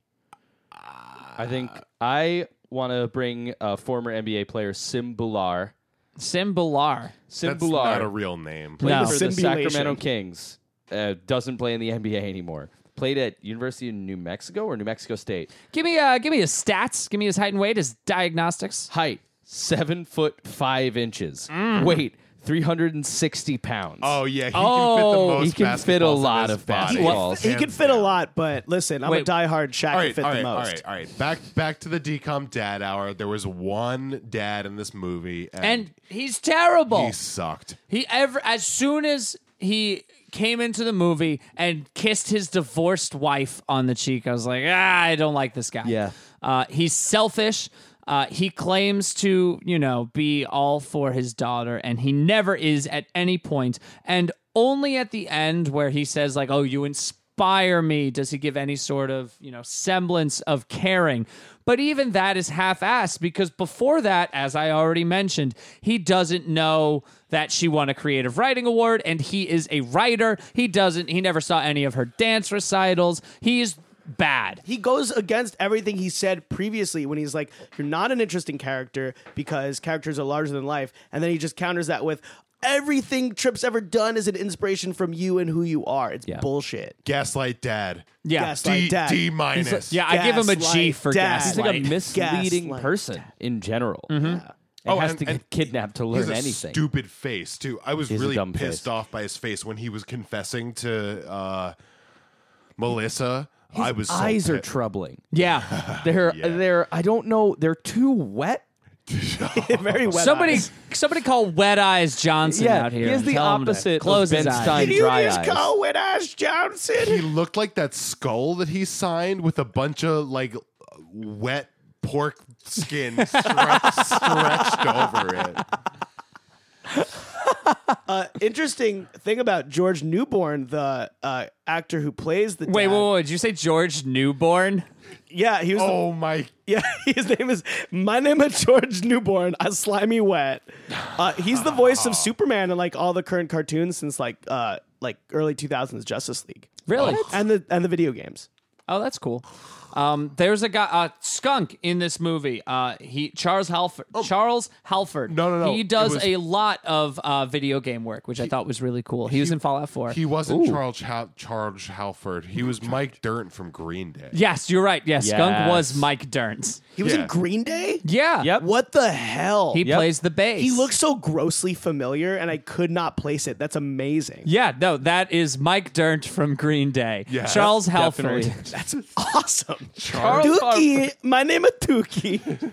I think I want to bring a former NBA player, Sim Bular.
Sim Bilar.
Sim
That's not a
Bular
real name.
played
No.
for the
Simulation.
Sacramento Kings. Uh, doesn't play in the NBA anymore. Played at University of New Mexico or New Mexico State.
Give me uh give me his stats. Give me his height and weight, his diagnostics.
Height seven foot five inches. Weight three hundred and sixty pounds.
Oh yeah, he
Oh,
can
he
fit the
can
most.
fit a
basketballs in
lot
his
of
body.
basketballs.
He
Hands
could fit a
down.
lot, but listen, I'm
Wait.
a diehard Shaq
All
could
right,
fit
all right,
the most.
all right, all right. Back back to the decom dad hour. There was one dad in this movie, and,
And he's terrible.
he sucked.
He ever as soon as he came into the movie and kissed his divorced wife on the cheek, I was like, ah, I don't like this guy.
Yeah.
uh, he's selfish. Uh, he claims to, you know, be all for his daughter, and he never is at any point. And only at the end, where he says, like, "Oh, you inspire me," does he give any sort of, you know, semblance of caring. But even that is half-assed because before that, as I already mentioned, he doesn't know that she won a creative writing award, and he is a writer. He doesn't. He never saw any of her dance recitals. He is bad.
he goes against everything he said previously when he's like, "You're not an interesting character because characters are larger than life," and then he just counters that with. Everything Tripp's ever done is an inspiration from you and who you are. It's bullshit.
Gaslight dad.
Yeah.
Yes.
D
Gaslight dad.
D minus.
Yeah, I give him a G
Gaslight
for
dad.
He's like a
gaslight.
misleading
Gaslight.
person in general. And
Oh,
has
and-
to
and
get kidnapped to
He has
learn
a
anything.
stupid face too. I was
He has a
really
dumb
pissed
face.
off by his face when he was confessing to uh, Melissa. I was so
eyes are
pissed.
troubling.
Yeah.
They're they're I don't know. They're too wet.
Very wet
Somebody,
eyes.
somebody call Wet Eyes Johnson
Yeah,
out here.
he is
and
the
tell him to
opposite of
Close his
Ben
eyes.
Stein.
Did you
dry
just
eyes.
call Wet Ass
he
Johnson?
looked like that skull that he signed with a bunch of like wet pork skin stre- stretched over it.
Uh, interesting thing about George Newborn, the uh, actor who plays the
Wait,
dad.
wait, wait, wait, Did you say George Newborn?
yeah, he was. the-
Oh my!
Yeah, his name is my name is George Newborn. I slimy wet. Uh, he's the voice of Superman in like all the current cartoons since like uh like early 2000s Justice League
Really?
and the and the video games.
Oh, that's cool. Um, there's a guy, uh, skunk in this movie. Uh, he Charles Halford. Charles Halford.
No, no, no.
He
It
does
was-
a lot of uh, video game work, which I thought was really cool. He, was in Fallout Four.
He wasn't Charles Hal- Charles Halford. He was Mike Dern from Green Day.
yes, you're right. Yes, Skunk
Yes.
was Mike Derns.
He was
Yeah.
in Green Day.
Yeah.
Yep.
What the hell?
He
Yep.
plays the bass.
he looks so grossly familiar, and I could not place it. That's amazing.
Yeah, no, that is Mike Dirnt from Green Day.
Yeah.
Charles Halford.
Definitely.
That's awesome.
Charles
Dookie, my name is Dookie.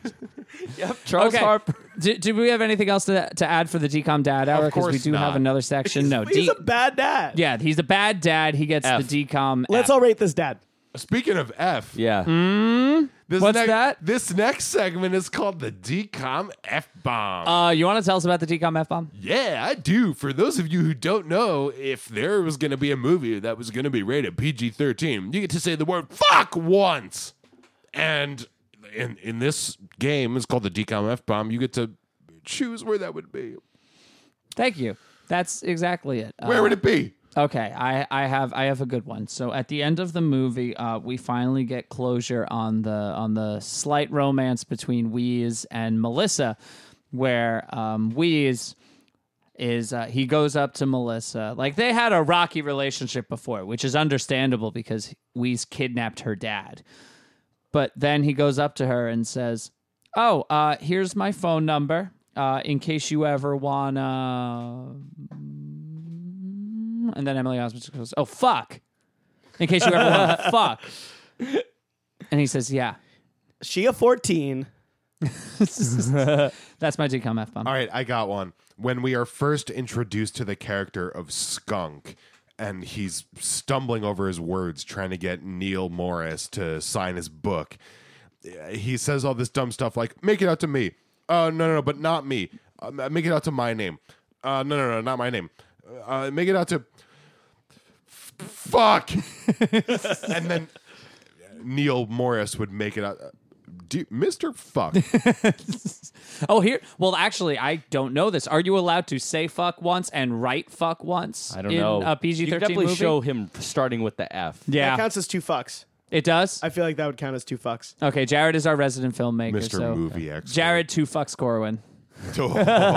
Charles
Okay.
Harper.
Do, do we have anything else to, to add for the DCOM dad hour? Because we
course
do
not.
have another section. no,
He's
D-
a bad dad.
yeah, he's a bad dad. He gets
F.
the DCOM.
Let's
F.
all rate this dad.
Speaking of F,
Yeah.
This
What's
next,
that?
This next segment is called the DCOM F bomb.
Uh, you want to tell us about the DCOM F bomb?
yeah, I do. For those of you who don't know, if there was going to be a movie that was going to be rated PG 13, you get to say the word fuck once. And in, in this game, it's called the DCOM F bomb. You get to choose where that would be.
Thank you. That's exactly it. Uh,
Where would it be?
Okay, I, I have I have a good one. So at the end of the movie, uh, we finally get closure on the on the slight romance between Wheeze and Melissa, where um, Wheeze is uh, he goes up to Melissa like they had a rocky relationship before, which is understandable because Wheeze kidnapped her dad. But then he goes up to her and says, "Oh, uh, here's my phone number uh, in case you ever wanna." And then Emily Osment goes, "Oh fuck!" In case you ever want to fuck. And he says, "Yeah."
She a 14.
That's my DCOM f bomb.
All right, I got one. When we are first introduced to the character of Skunk, and he's stumbling over his words trying to get Neil Morris to sign his book, he says all this dumb stuff like, make it out to me. Uh, no, no, no, but not me. Uh, make it out to my name. Uh, no, no, no, not my name. Uh, make it out to. F- Fuck! and then Neil Morris would make it out. Do, Mr. Fuck.
Oh, here. Well, actually, I don't know this. Are you allowed to say fuck once and write fuck once?
I don't
Mm, in
know.
A PG
you could
thirteen
definitely
movie.
show him starting with the F.
That
yeah,
counts as two fucks.
it does.
I feel like that would count as two fucks.
Okay, Jared is our resident filmmaker.
Mr.
So
Movie Expert.
Jared two fucks Corwin.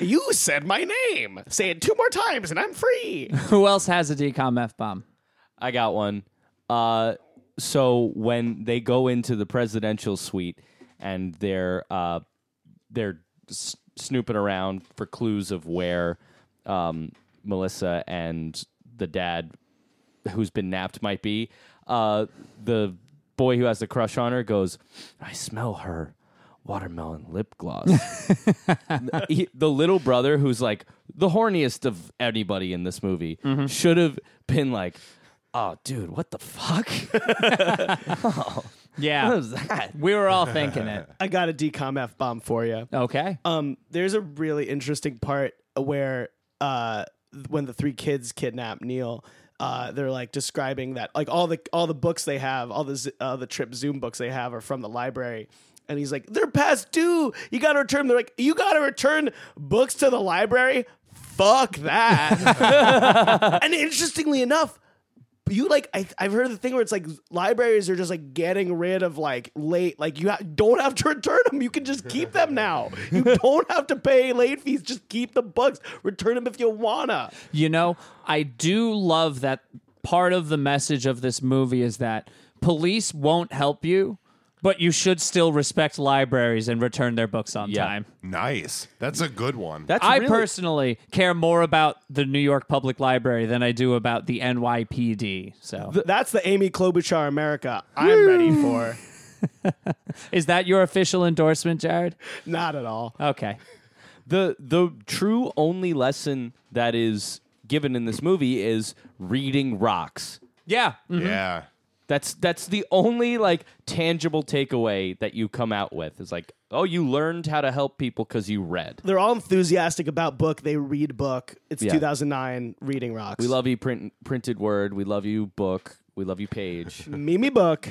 You said my name. Say it two more times and I'm free.
Who else has a DCOM f bomb?
I got one. Uh, so when they go into the presidential suite and they're uh, they're s- snooping around for clues of where um, Melissa and the dad who's been napped might be, uh, the boy who has the crush on her goes, "I smell her." Watermelon lip gloss. he, the little brother, who's like the horniest of anybody in this movie, should have been like, Oh, dude, what the fuck? what
Yeah,
was that?
we were all thinking it.
I got a DCOM F bomb for you.
Okay.
Um, there's a really interesting part where uh, when the three kids kidnap Neil, uh, they're like describing that like all the all the books they have, all the Z- uh, the trip Zoom books they have are from the library. And he's like, they're past due. You got to return. 'em." They're like, you got to return books to the library. Fuck that. and interestingly enough, you like I, I've heard the thing where it's like libraries are just like getting rid of like late like you ha- don't have to return them you can just keep them now you don't have to pay late fees just keep the books return them if you wanna
You know, I do love that part of the message of this movie is that police won't help you, but you should still respect libraries and return their books on
Yeah.
time.
Nice. That's a good one.
That's
I
really-
personally care more about the New York Public Library than I do about the NYPD. So,
that's the Amy Klobuchar America I'm ready for
is that your official endorsement, Jared?
not at all
Okay.
the the true only lesson that is given in this movie is reading rocks.
Yeah. Mm.
yeah.
That's that's the only like tangible takeaway that you come out with is like, oh, you learned how to help people because you read.
they're all enthusiastic about book they read book it's
Yeah.
2009 reading rocks
We love you print printed word. We love you book. We love you page.
Mimi book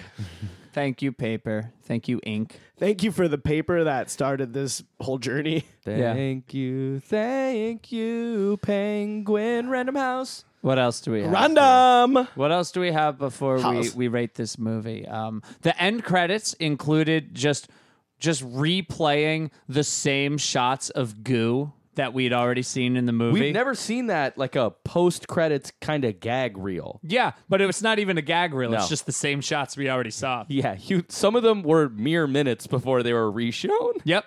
Thank you, paper. Thank you, ink.
thank you for the paper that started this whole journey
thank you, thank you, Penguin Random House.
What else do we have?
random
What else do we have before we,
House.
we rate this movie? Um, the end credits included just just replaying the same shots of goo that we'd already seen in the movie.
We've never seen that like a post credits kind of gag reel.
yeah, but it was not even a gag reel. It's
No.
just the same shots we already saw.
Yeah, you. Some of them were mere minutes before they were reshown.
Yep.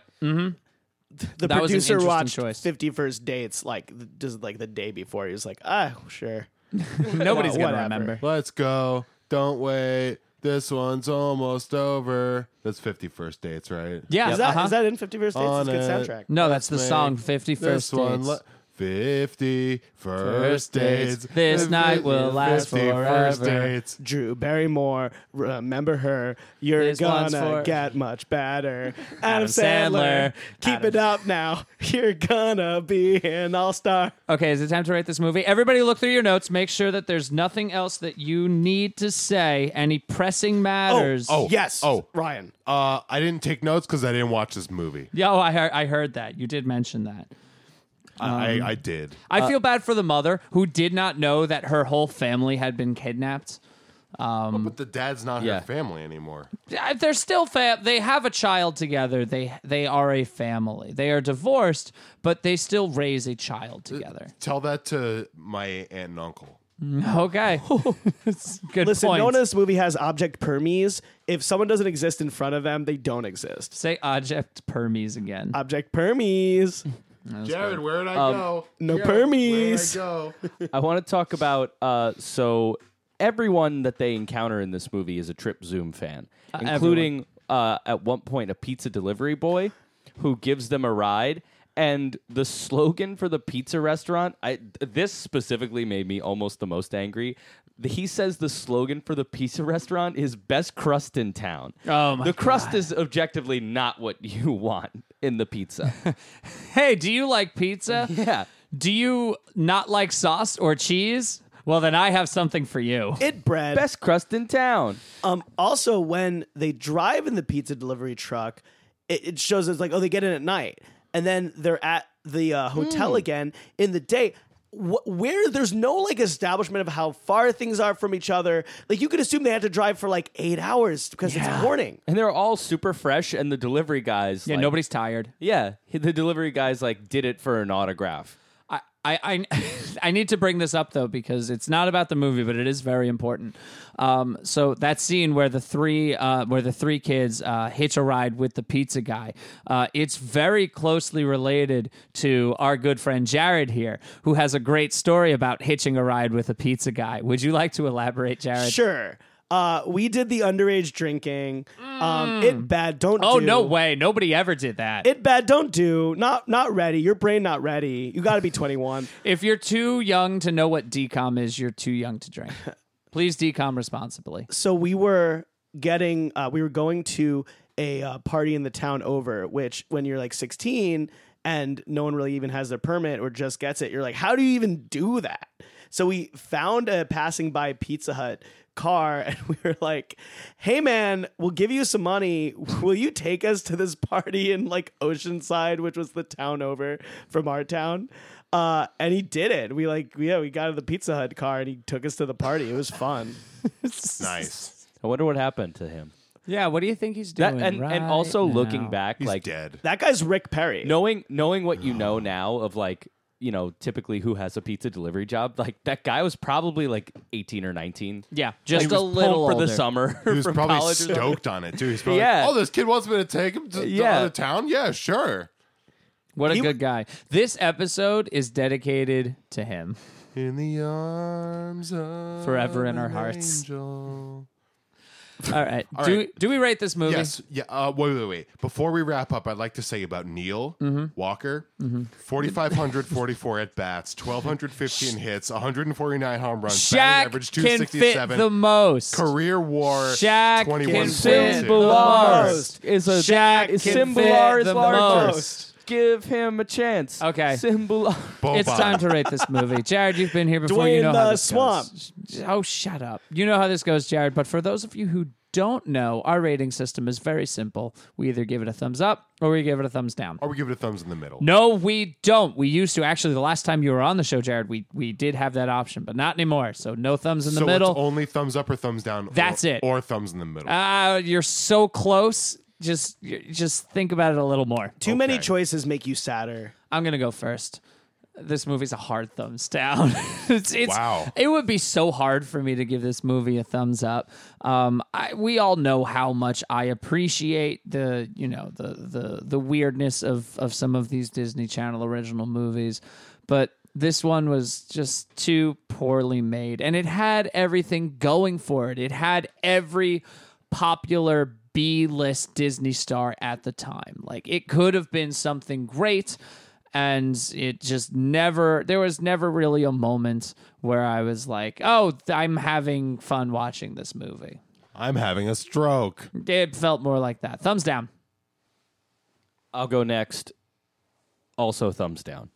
the
That was an
producer
interesting
watched
choice.
51st dates like th- just like the day before he was like ah sure
Nobody's
No,
going to
whatever.
remember.
Let's go. Don't wait. This one's almost over. That's 51st dates, right?
Yeah.
is that,
uh-huh.
is that in 51st dates it's a
On
good
it.
soundtrack
no, that's the
Let's
song
make
51st
This one.
Dates.
le- 50 first
First dates.
dates.
This night will last
50 first
forever.
dates.
Drew Barrymore, remember her. You're
This one's
gonna
for-
get much better. Adam, Sandler,
Sandler.
keep
Adam-
it up now. You're gonna be an all star.
Okay, is it time to rate this movie? Everybody, look through your notes. Make sure that there's nothing else that you need to say. Any pressing matters?
oh.
Yes.
Oh.
Ryan.
Uh, I didn't take notes because I didn't watch this movie.
yeah. Oh, I heard, I heard that. You did mention that. Um,
I, I, I did.
I feel bad for the mother who did not know that her whole family had been kidnapped. mm.
but the dad's not
yeah.
her family anymore.
Uh, They're still fam. They have a child together. They they are a family. They are divorced, but they still raise a child together.
Tell that to my aunt and uncle.
Okay, It's a good
Listen,
point.
no one in this movie has object permes. If someone doesn't exist in front of them, they don't exist.
Say object permes again.
Object permes.
Jared, where did I
Um,
go?
no
Jared, where'd
permies.
go?
I want to talk about uh, so everyone that they encounter in this movie is a Trip Zoom fan, including uh, at one point a pizza delivery boy who gives them a ride. And the slogan for the pizza restaurant, I this specifically made me almost the most angry. He says the slogan for the pizza restaurant is "Best crust in town."
Oh my
the crust is objectively not what you want in the pizza.
Hey, do you like pizza?
yeah,
Do you not like sauce or cheese? Well, then I have something for you.
It bread.
best crust in town.
Um, also, when they drive in the pizza delivery truck, it, it shows it's like, oh, they get in at night, and then they're at the uh,
Hmm.
hotel again in the day. Wh- where there's no like establishment of how far things are from each other, like you could assume they had to drive for like eight hours because it's morning.
And they're all super fresh, and the delivery guys.
yeah,
like-
nobody's tired.
Yeah, he- the delivery guys like did it for an autograph.
I, I, I, I need to bring this up though because it's not about the movie, but it is very important. Um, so that scene where the three, uh, where the three kids uh, hitch a ride with the pizza guy, uh, it's very closely related to our good friend Jared here, who has a great story about hitching a ride with a pizza guy. Would you like to elaborate, Jared?
Sure, uh, we did the underage drinking. Um, it bad. Don't.
Oh
do.
no way! Nobody ever did that.
It bad. Don't do. Not not ready. Your brain not ready. You got to be 21.
If you're too young to know what decom is, you're too young to drink. Please decom responsibly.
so we were getting uh, we were going to a uh, party in the town over which when you're like 16 and no one really even has their permit or just gets it you're like how do you even do that so we found a passing by pizza hut car and we were like hey man we'll give you some money will you take us to this party in like oceanside which was the town over from our town uh, and he did it we like yeah we got in the pizza hut car and he took us to the party it was fun
Nice.
I wonder what happened to him.
Yeah, what do you think he's
That
doing?
and, and
right
also
now?
looking back,
He's
like
dead.
That guy's Rick Perry.
knowing knowing what you know now of like you know typically who has a pizza delivery job. Like that guy was probably like eighteen or nineteen.
Yeah, just
He was
a little
home for the
older.
summer.
He was
from
probably
college or something.
stoked on it too. He's probably
Yeah.
like, oh, this kid wants me to take him to the
Yeah.
other town. Yeah, sure.
What a good guy. This episode is dedicated to him.
In the arms of
Forever in our
an
hearts.
angel.
All right. do
right.
do we rate this movie?
Yes. Yeah. Uh, wait, wait, wait. Before we wrap up, I'd like to say about Neil
Mm-hmm.
Walker, 4,544 at bats, 1,215 hits, 149 home runs, batting
Shaq
average
can fit
267,
the most.
career war,
Shaq can
21
fit the
points.
most.
is a
Shaq
is
can
symbol
fit
R is
the
larger.
most.
Give him a chance.
Okay.
Symbol. R-
Boban.
It's time to rate this movie. Jared, you've been here before. you
Dwayne
know
the
how this
Swamp.
goes. Oh, shut up. You know how this goes, Jared. But for those of you who don't know, our rating system is very simple. We either give it a thumbs up or we give it a thumbs down.
Or we give it a thumbs in the middle.
No, we don't. We used to actually. The last time you were on the show, Jared, we we did have that option, but not anymore. So no thumbs in the
so It's
middle.
only thumbs up or thumbs down.
That's
or,
it.
Or thumbs in the middle.
Ah, you're so close. Just you- just think about it a little more.
Too many
Okay.
choices make you sadder.
I'm gonna go first. This movie's a hard thumbs down. it's, it's,
Wow.
It would be so hard for me to give this movie a thumbs up. Um, I, we all know how much I appreciate the you know the the the weirdness of of some of these Disney Channel original movies, but this one was just too poorly made, and it had everything going for it. It had every popular B list Disney star at the time. Like it could have been something great and it just never there was never really a moment where I was like, "Oh, th- I'm having fun watching this movie."
I'm having a stroke.
It felt more like that. Thumbs down.
I'll go next. Also, thumbs down.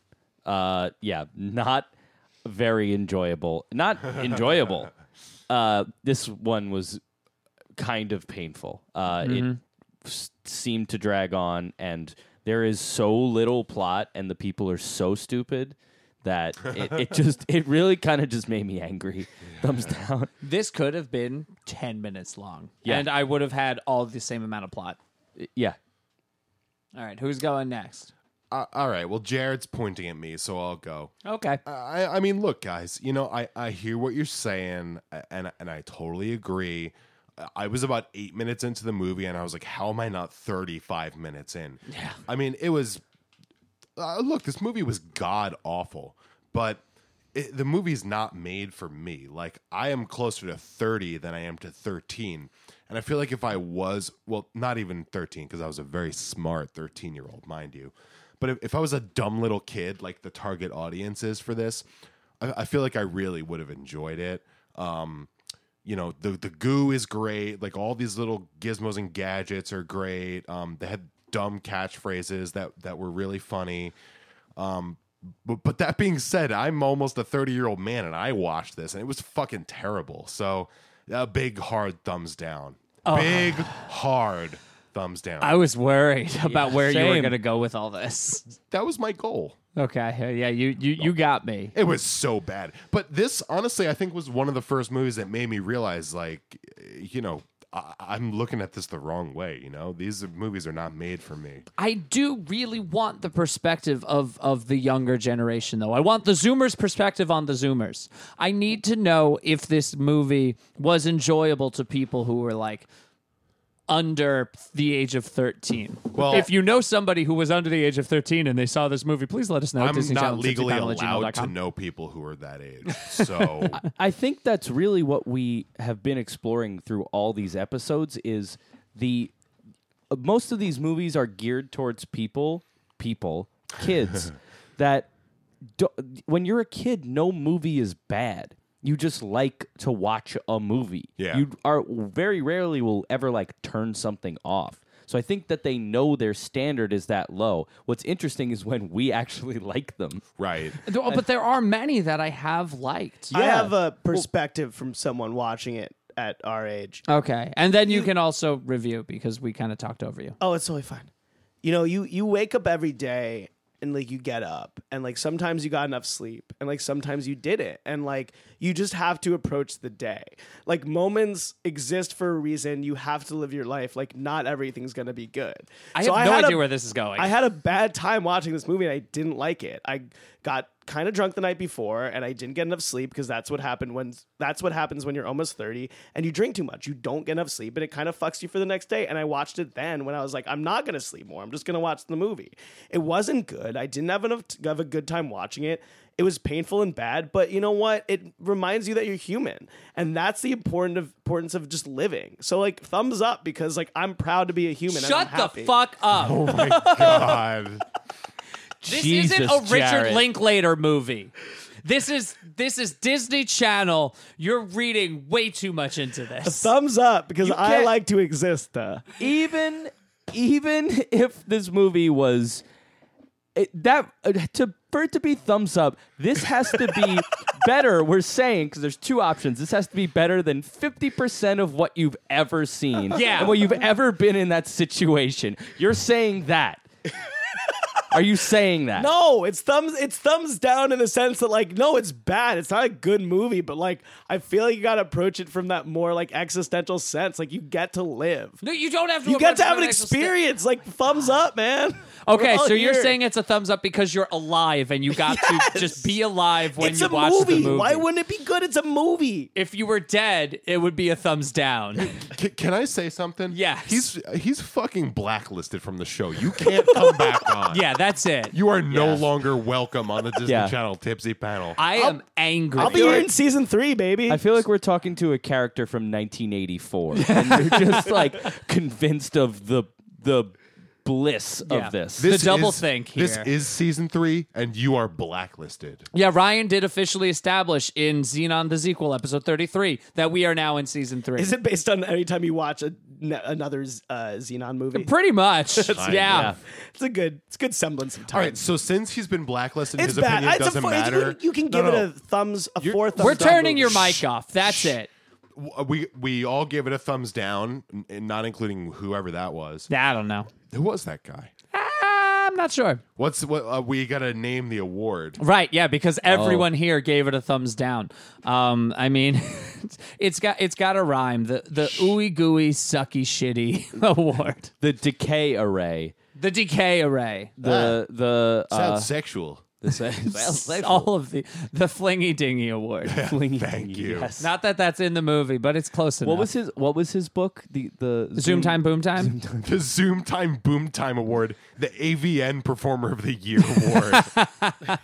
Uh, yeah, not very enjoyable. Not enjoyable. uh, this one was kind of painful. Uh, It s- seemed to drag on, and there is so little plot, and the people are so stupid that it, it just it really kind of just made me angry. Thumbs down.
This could have been 10 minutes long
Yeah.
and I would have had all the same amount of plot.
Yeah,
All right, who's going next?
Uh, all right. Well, Jared's pointing at me, so I'll go.
Okay.
I, I mean, look, guys. You know, I, I hear what you're saying, a- and and I totally agree. I- I was about eight minutes into the movie, and I was like, "How am I not 35 minutes in?" Yeah. I mean, it was. Uh, look, this movie was god awful, but it, the movie's not made for me. Like, I am closer to 30 than I am to 13, and I feel like if I was, well, not even 13, because I was a very smart 13 year old, mind you. But if, if I was a dumb little kid, like the target audience is for this, I, I feel like I really would have enjoyed it. Um, you know, the the goo is great. Like all these little gizmos and gadgets are great. Um, they had dumb catchphrases that that were really funny. Um, but but that being said, I'm almost a 30 year old man, and I watched this, and it was fucking terrible. So a big hard thumbs down. Big hard thumbs down.
I was worried about where you were
same.
going to go with all this.
that was my goal.
Okay. Yeah, you you you got me.
It was so bad. But this, honestly, I think was one of the first movies that made me realize, like, you know, I- I'm looking at this the wrong way. You know, these movies are not made for me.
I do really want the perspective of of the younger generation though. I want the zoomers perspective on the zoomers. I need to know if this movie was enjoyable to people who were like under the age of 13.
Well-
if you know somebody who was under the age of 13 and they saw this movie, please let us know. at Oh,
I'm
Disney
not
Channel,
legally
disneychannel@gmail.com.
allowed to know people who are that age. So
I think that's really what we have been exploring through all these episodes is the uh, most of these movies are geared towards people, people, kids that do, when you're a kid no movie is bad. You just like to watch a movie.
Yeah.
You are very rarely will ever like turn something off. So I think that they know their standard is that low. What's interesting is when we actually like them.
right.
Oh, but there are many that I have liked.
I have a perspective from someone watching it at our age.
Okay. And then you can also review because we kind of talked over you.
Oh, it's totally fine. You know, you you wake up every day and like you get up and like sometimes you got enough sleep and like sometimes you didn't and like you just have to approach the day. Like moments exist for a reason. You have to live your life. Like not everything's gonna be good.
I
So
have no
had a-
idea where this is going.
I had a bad time watching this movie and I didn't like it. I got kind of drunk the night before and I didn't get enough sleep because that's what happened when that's what happens when you're almost 30 and you drink too much. You don't get enough sleep and it kind of fucks you for the next day. And I watched it then when I was like, I'm not going to sleep more. I'm just going to watch the movie. It wasn't good. I didn't have enough have a good time watching it. It was painful and bad, but you know what? It reminds you that you're human, and that's the important of, importance of just living. So, like, thumbs up because like I'm proud to be a human. and I'm
Shut the
happy.
fuck up.
Oh my god.
This
Jesus,
isn't a Richard
Jared.
Linklater movie. This is this is Disney Channel. You're reading way too much into this.
thumbs up because I
can't-
like to exist. Uh,
even even if this movie was it, that uh, to for it to be thumbs up, this has to be better. We're saying because there's two options. This has to be better than fifty percent of what you've ever seen.
Yeah.
and what you've ever been in that situation. You're saying that. Are you saying that?
no, it's thumbs. It's thumbs down in the sense that like, no, it's bad. It's not a good movie, but like, I feel like you got to approach it from that more like existential sense. Like, you get to live.
No, you don't have to.
You get to
approach
have an
it with actual
experience. Like, thumbs up, man.
sta- Okay,
We're all
so you're
here.
saying it's a thumbs up because you're alive and you got to just be alive when
it's
you
a
watch
movie.
the movie.
Why wouldn't it be good? It's a movie.
if you were dead, it would be a thumbs down.
Can, can I say something?
Yes.
He's he's fucking blacklisted from the show. You can't come back on.
yeah, that's it.
You are no longer welcome on the Disney
Yeah.
Channel Tipsy panel.
I am angry.
I'll be here in season three, baby.
I feel like we're talking to a character from 1984, and you're just like convinced of the the bliss
Yeah.
of this.
This-
this.
The double
is,
think
This
here.
is season three, and you are blacklisted.
Yeah, Ryan did officially establish in Xenon the sequel, episode 33, that we are now in season three.
Is it based on any time you watch a, n- another z- uh, Xenon movie?
Pretty much. yeah.
yeah.
It's a good, it's a good semblance of time.
All right, so since he's been blacklisted,
it's
his
bad.
opinion
It's a
doesn't
fu- it's-
matter.
You can
No,
give
no.
it a thumbs, a
You're-
four thumbs.
We're
down
turning
movie.
your mic off. That's it.
W- We we all give it a thumbs down, n- and not including whoever that was.
I don't know.
Who was that guy?
I'm not sure.
What's what? Uh, we gotta name the award.
Right, yeah, because everyone here gave it a thumbs down. Um, I mean, it's got it's got a rhyme. The the ooey gooey sucky shitty award.
The decay array.
The decay array.
The the
Sounds
uh,
sexual.
the sa-
All of the the flingy dingy award.
Thank you.
Yes.
Not that that's in the movie, but it's close enough.
What was his What was his book? The the
Zoom time, boom time.
The Zoom Time Boom Time Award, the AVN Performer of the Year Award.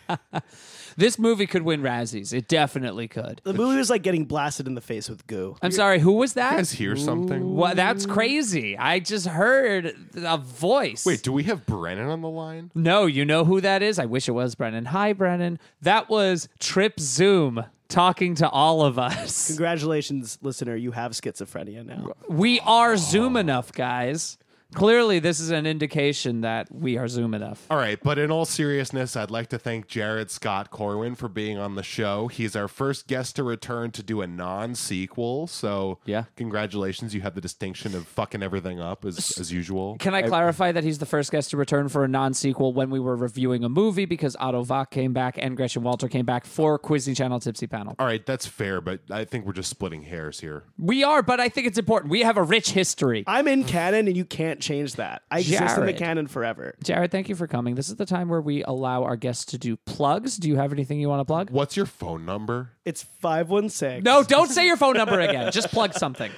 This movie could win Razzies. It definitely could.
The movie was like getting blasted in the face with goo.
I'm sorry, who was that?
Guys, hear something?
Wha- that's crazy. I just heard a voice.
Wait, do we have Brennan on the line?
No, you know who that is? I wish it was Brennan. Hi, Brennan. That was Trip Zoom talking to all of us.
Congratulations, listener. You have schizophrenia now.
We are Zoom enough, guys. Clearly, this is an indication that we are Zoom enough.
All right, but in all seriousness, I'd like to thank Jared Scott Corwin for being on the show. He's our first guest to return to do a non sequel. So,
Yeah.
congratulations. You have the distinction of fucking everything up as, as usual.
Can I clarify that he's the first guest to return for a non sequel when we were reviewing a movie because Otto Vach came back and Gretchen Walter came back for Quizney Channel Tipsy Panel?
All right, that's fair, but I think we're just splitting hairs here.
We are, but I think it's important. We have a rich history.
I'm in canon, and you can't change that. I exist in the
Jared.
canon forever.
Jared, thank you for coming. This is the time where we allow our guests to do plugs. Do you have anything you want to plug?
What's your phone number?
It's five one six.
No, don't say your phone number again. Just plug something.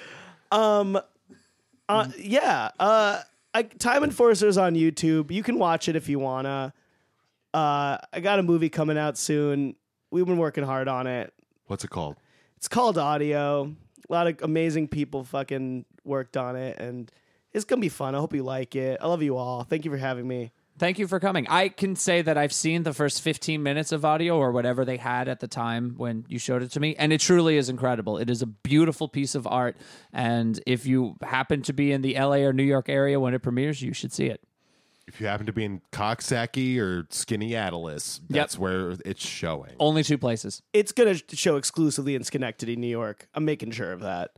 Uh, yeah. Uh, I, Time Enforcers on YouTube. You can watch it if you wanna. Uh, I got a movie coming out soon. We've been working hard on it.
What's it called?
It's called Audio. A lot of amazing people fucking worked on it, and it's gonna be fun. I hope you like it. I love you all. Thank you for having me.
Thank you for coming. I can say that I've seen the first 15 minutes of audio or whatever they had at the time when you showed it to me, and it truly is incredible. It is a beautiful piece of art. And if you happen to be in the LA or New York area when it premieres, you should see it.
If you happen to be in Coxsackie or Skinny Atlas, that's where it's showing.
Only two places.
It's gonna sh- show exclusively in Schenectady, New York. I'm making sure of that.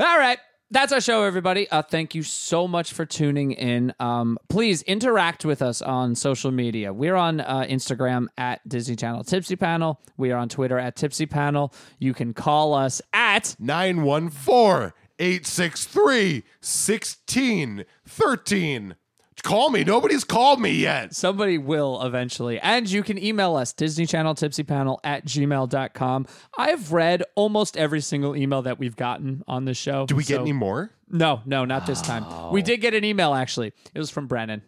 All right. That's our show, everybody. Uh, thank you so much for tuning in. Um, please interact with us on social media. We're on uh, Instagram at Disney Channel Tipsy Panel. We are on Twitter at Tipsy Panel. You can call us at
914 863 1613. Call me. Nobody's called me yet.
Somebody will eventually. And you can email us, Disney Channel Tipsy Panel at gmail.com. I've read almost every single email that we've gotten on this show.
Do we get Oh. any more?
No, no, not this time. We did get an email, actually. It was from Brennan.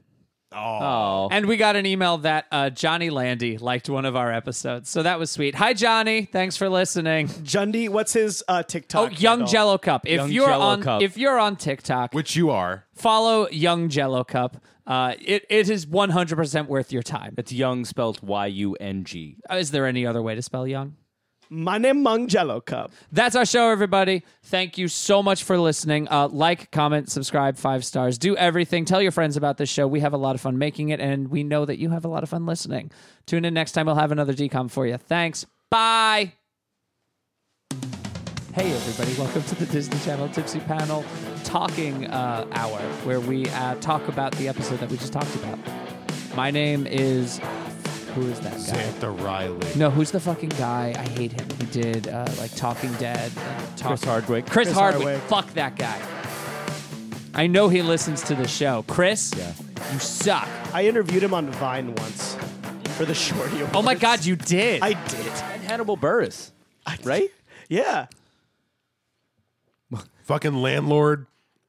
Oh,
And we got an email that uh, Johnny Landy liked one of our episodes. So that was sweet. Hi, Johnny. Thanks for listening.
Jundy, what's his
Oh,
uh, TikTok?
Young
handle?
Jello Cup. If
Young
you're
Jello
on
Cup.
if you're on TikTok,
Which you are.
follow Young Jello Cup. Uh, it, it is 100% worth your time.
it's Young spelled Y U N G.
Is there any other way to spell young?
My name Mung Jello Cup.
That's our show, everybody. Thank you so much for listening. Uh, like, comment, subscribe, five stars. Do everything. Tell your friends about this show. We have a lot of fun making it, and we know that you have a lot of fun listening. Tune in next time. We'll have another decom for you. Thanks. Bye. Hey, everybody. Welcome to the Disney Channel Tipsy Panel Talking uh, Hour, where we uh, talk about the episode that we just talked about. My name is. Who is that guy?
Santa Riley.
No, who's the fucking guy? I hate him. He did uh, like Talking Dead. Uh, talk-
Chris Hardwick.
Chris,
Chris
Hardwick.
Hardwick.
Fuck that guy. I know he listens to the show. Chris, you suck.
I interviewed him on Vine once for the Shorty Awards.
Oh my god, you did.
I did.
And Hannibal Burris, right?
Yeah.
Fucking landlord.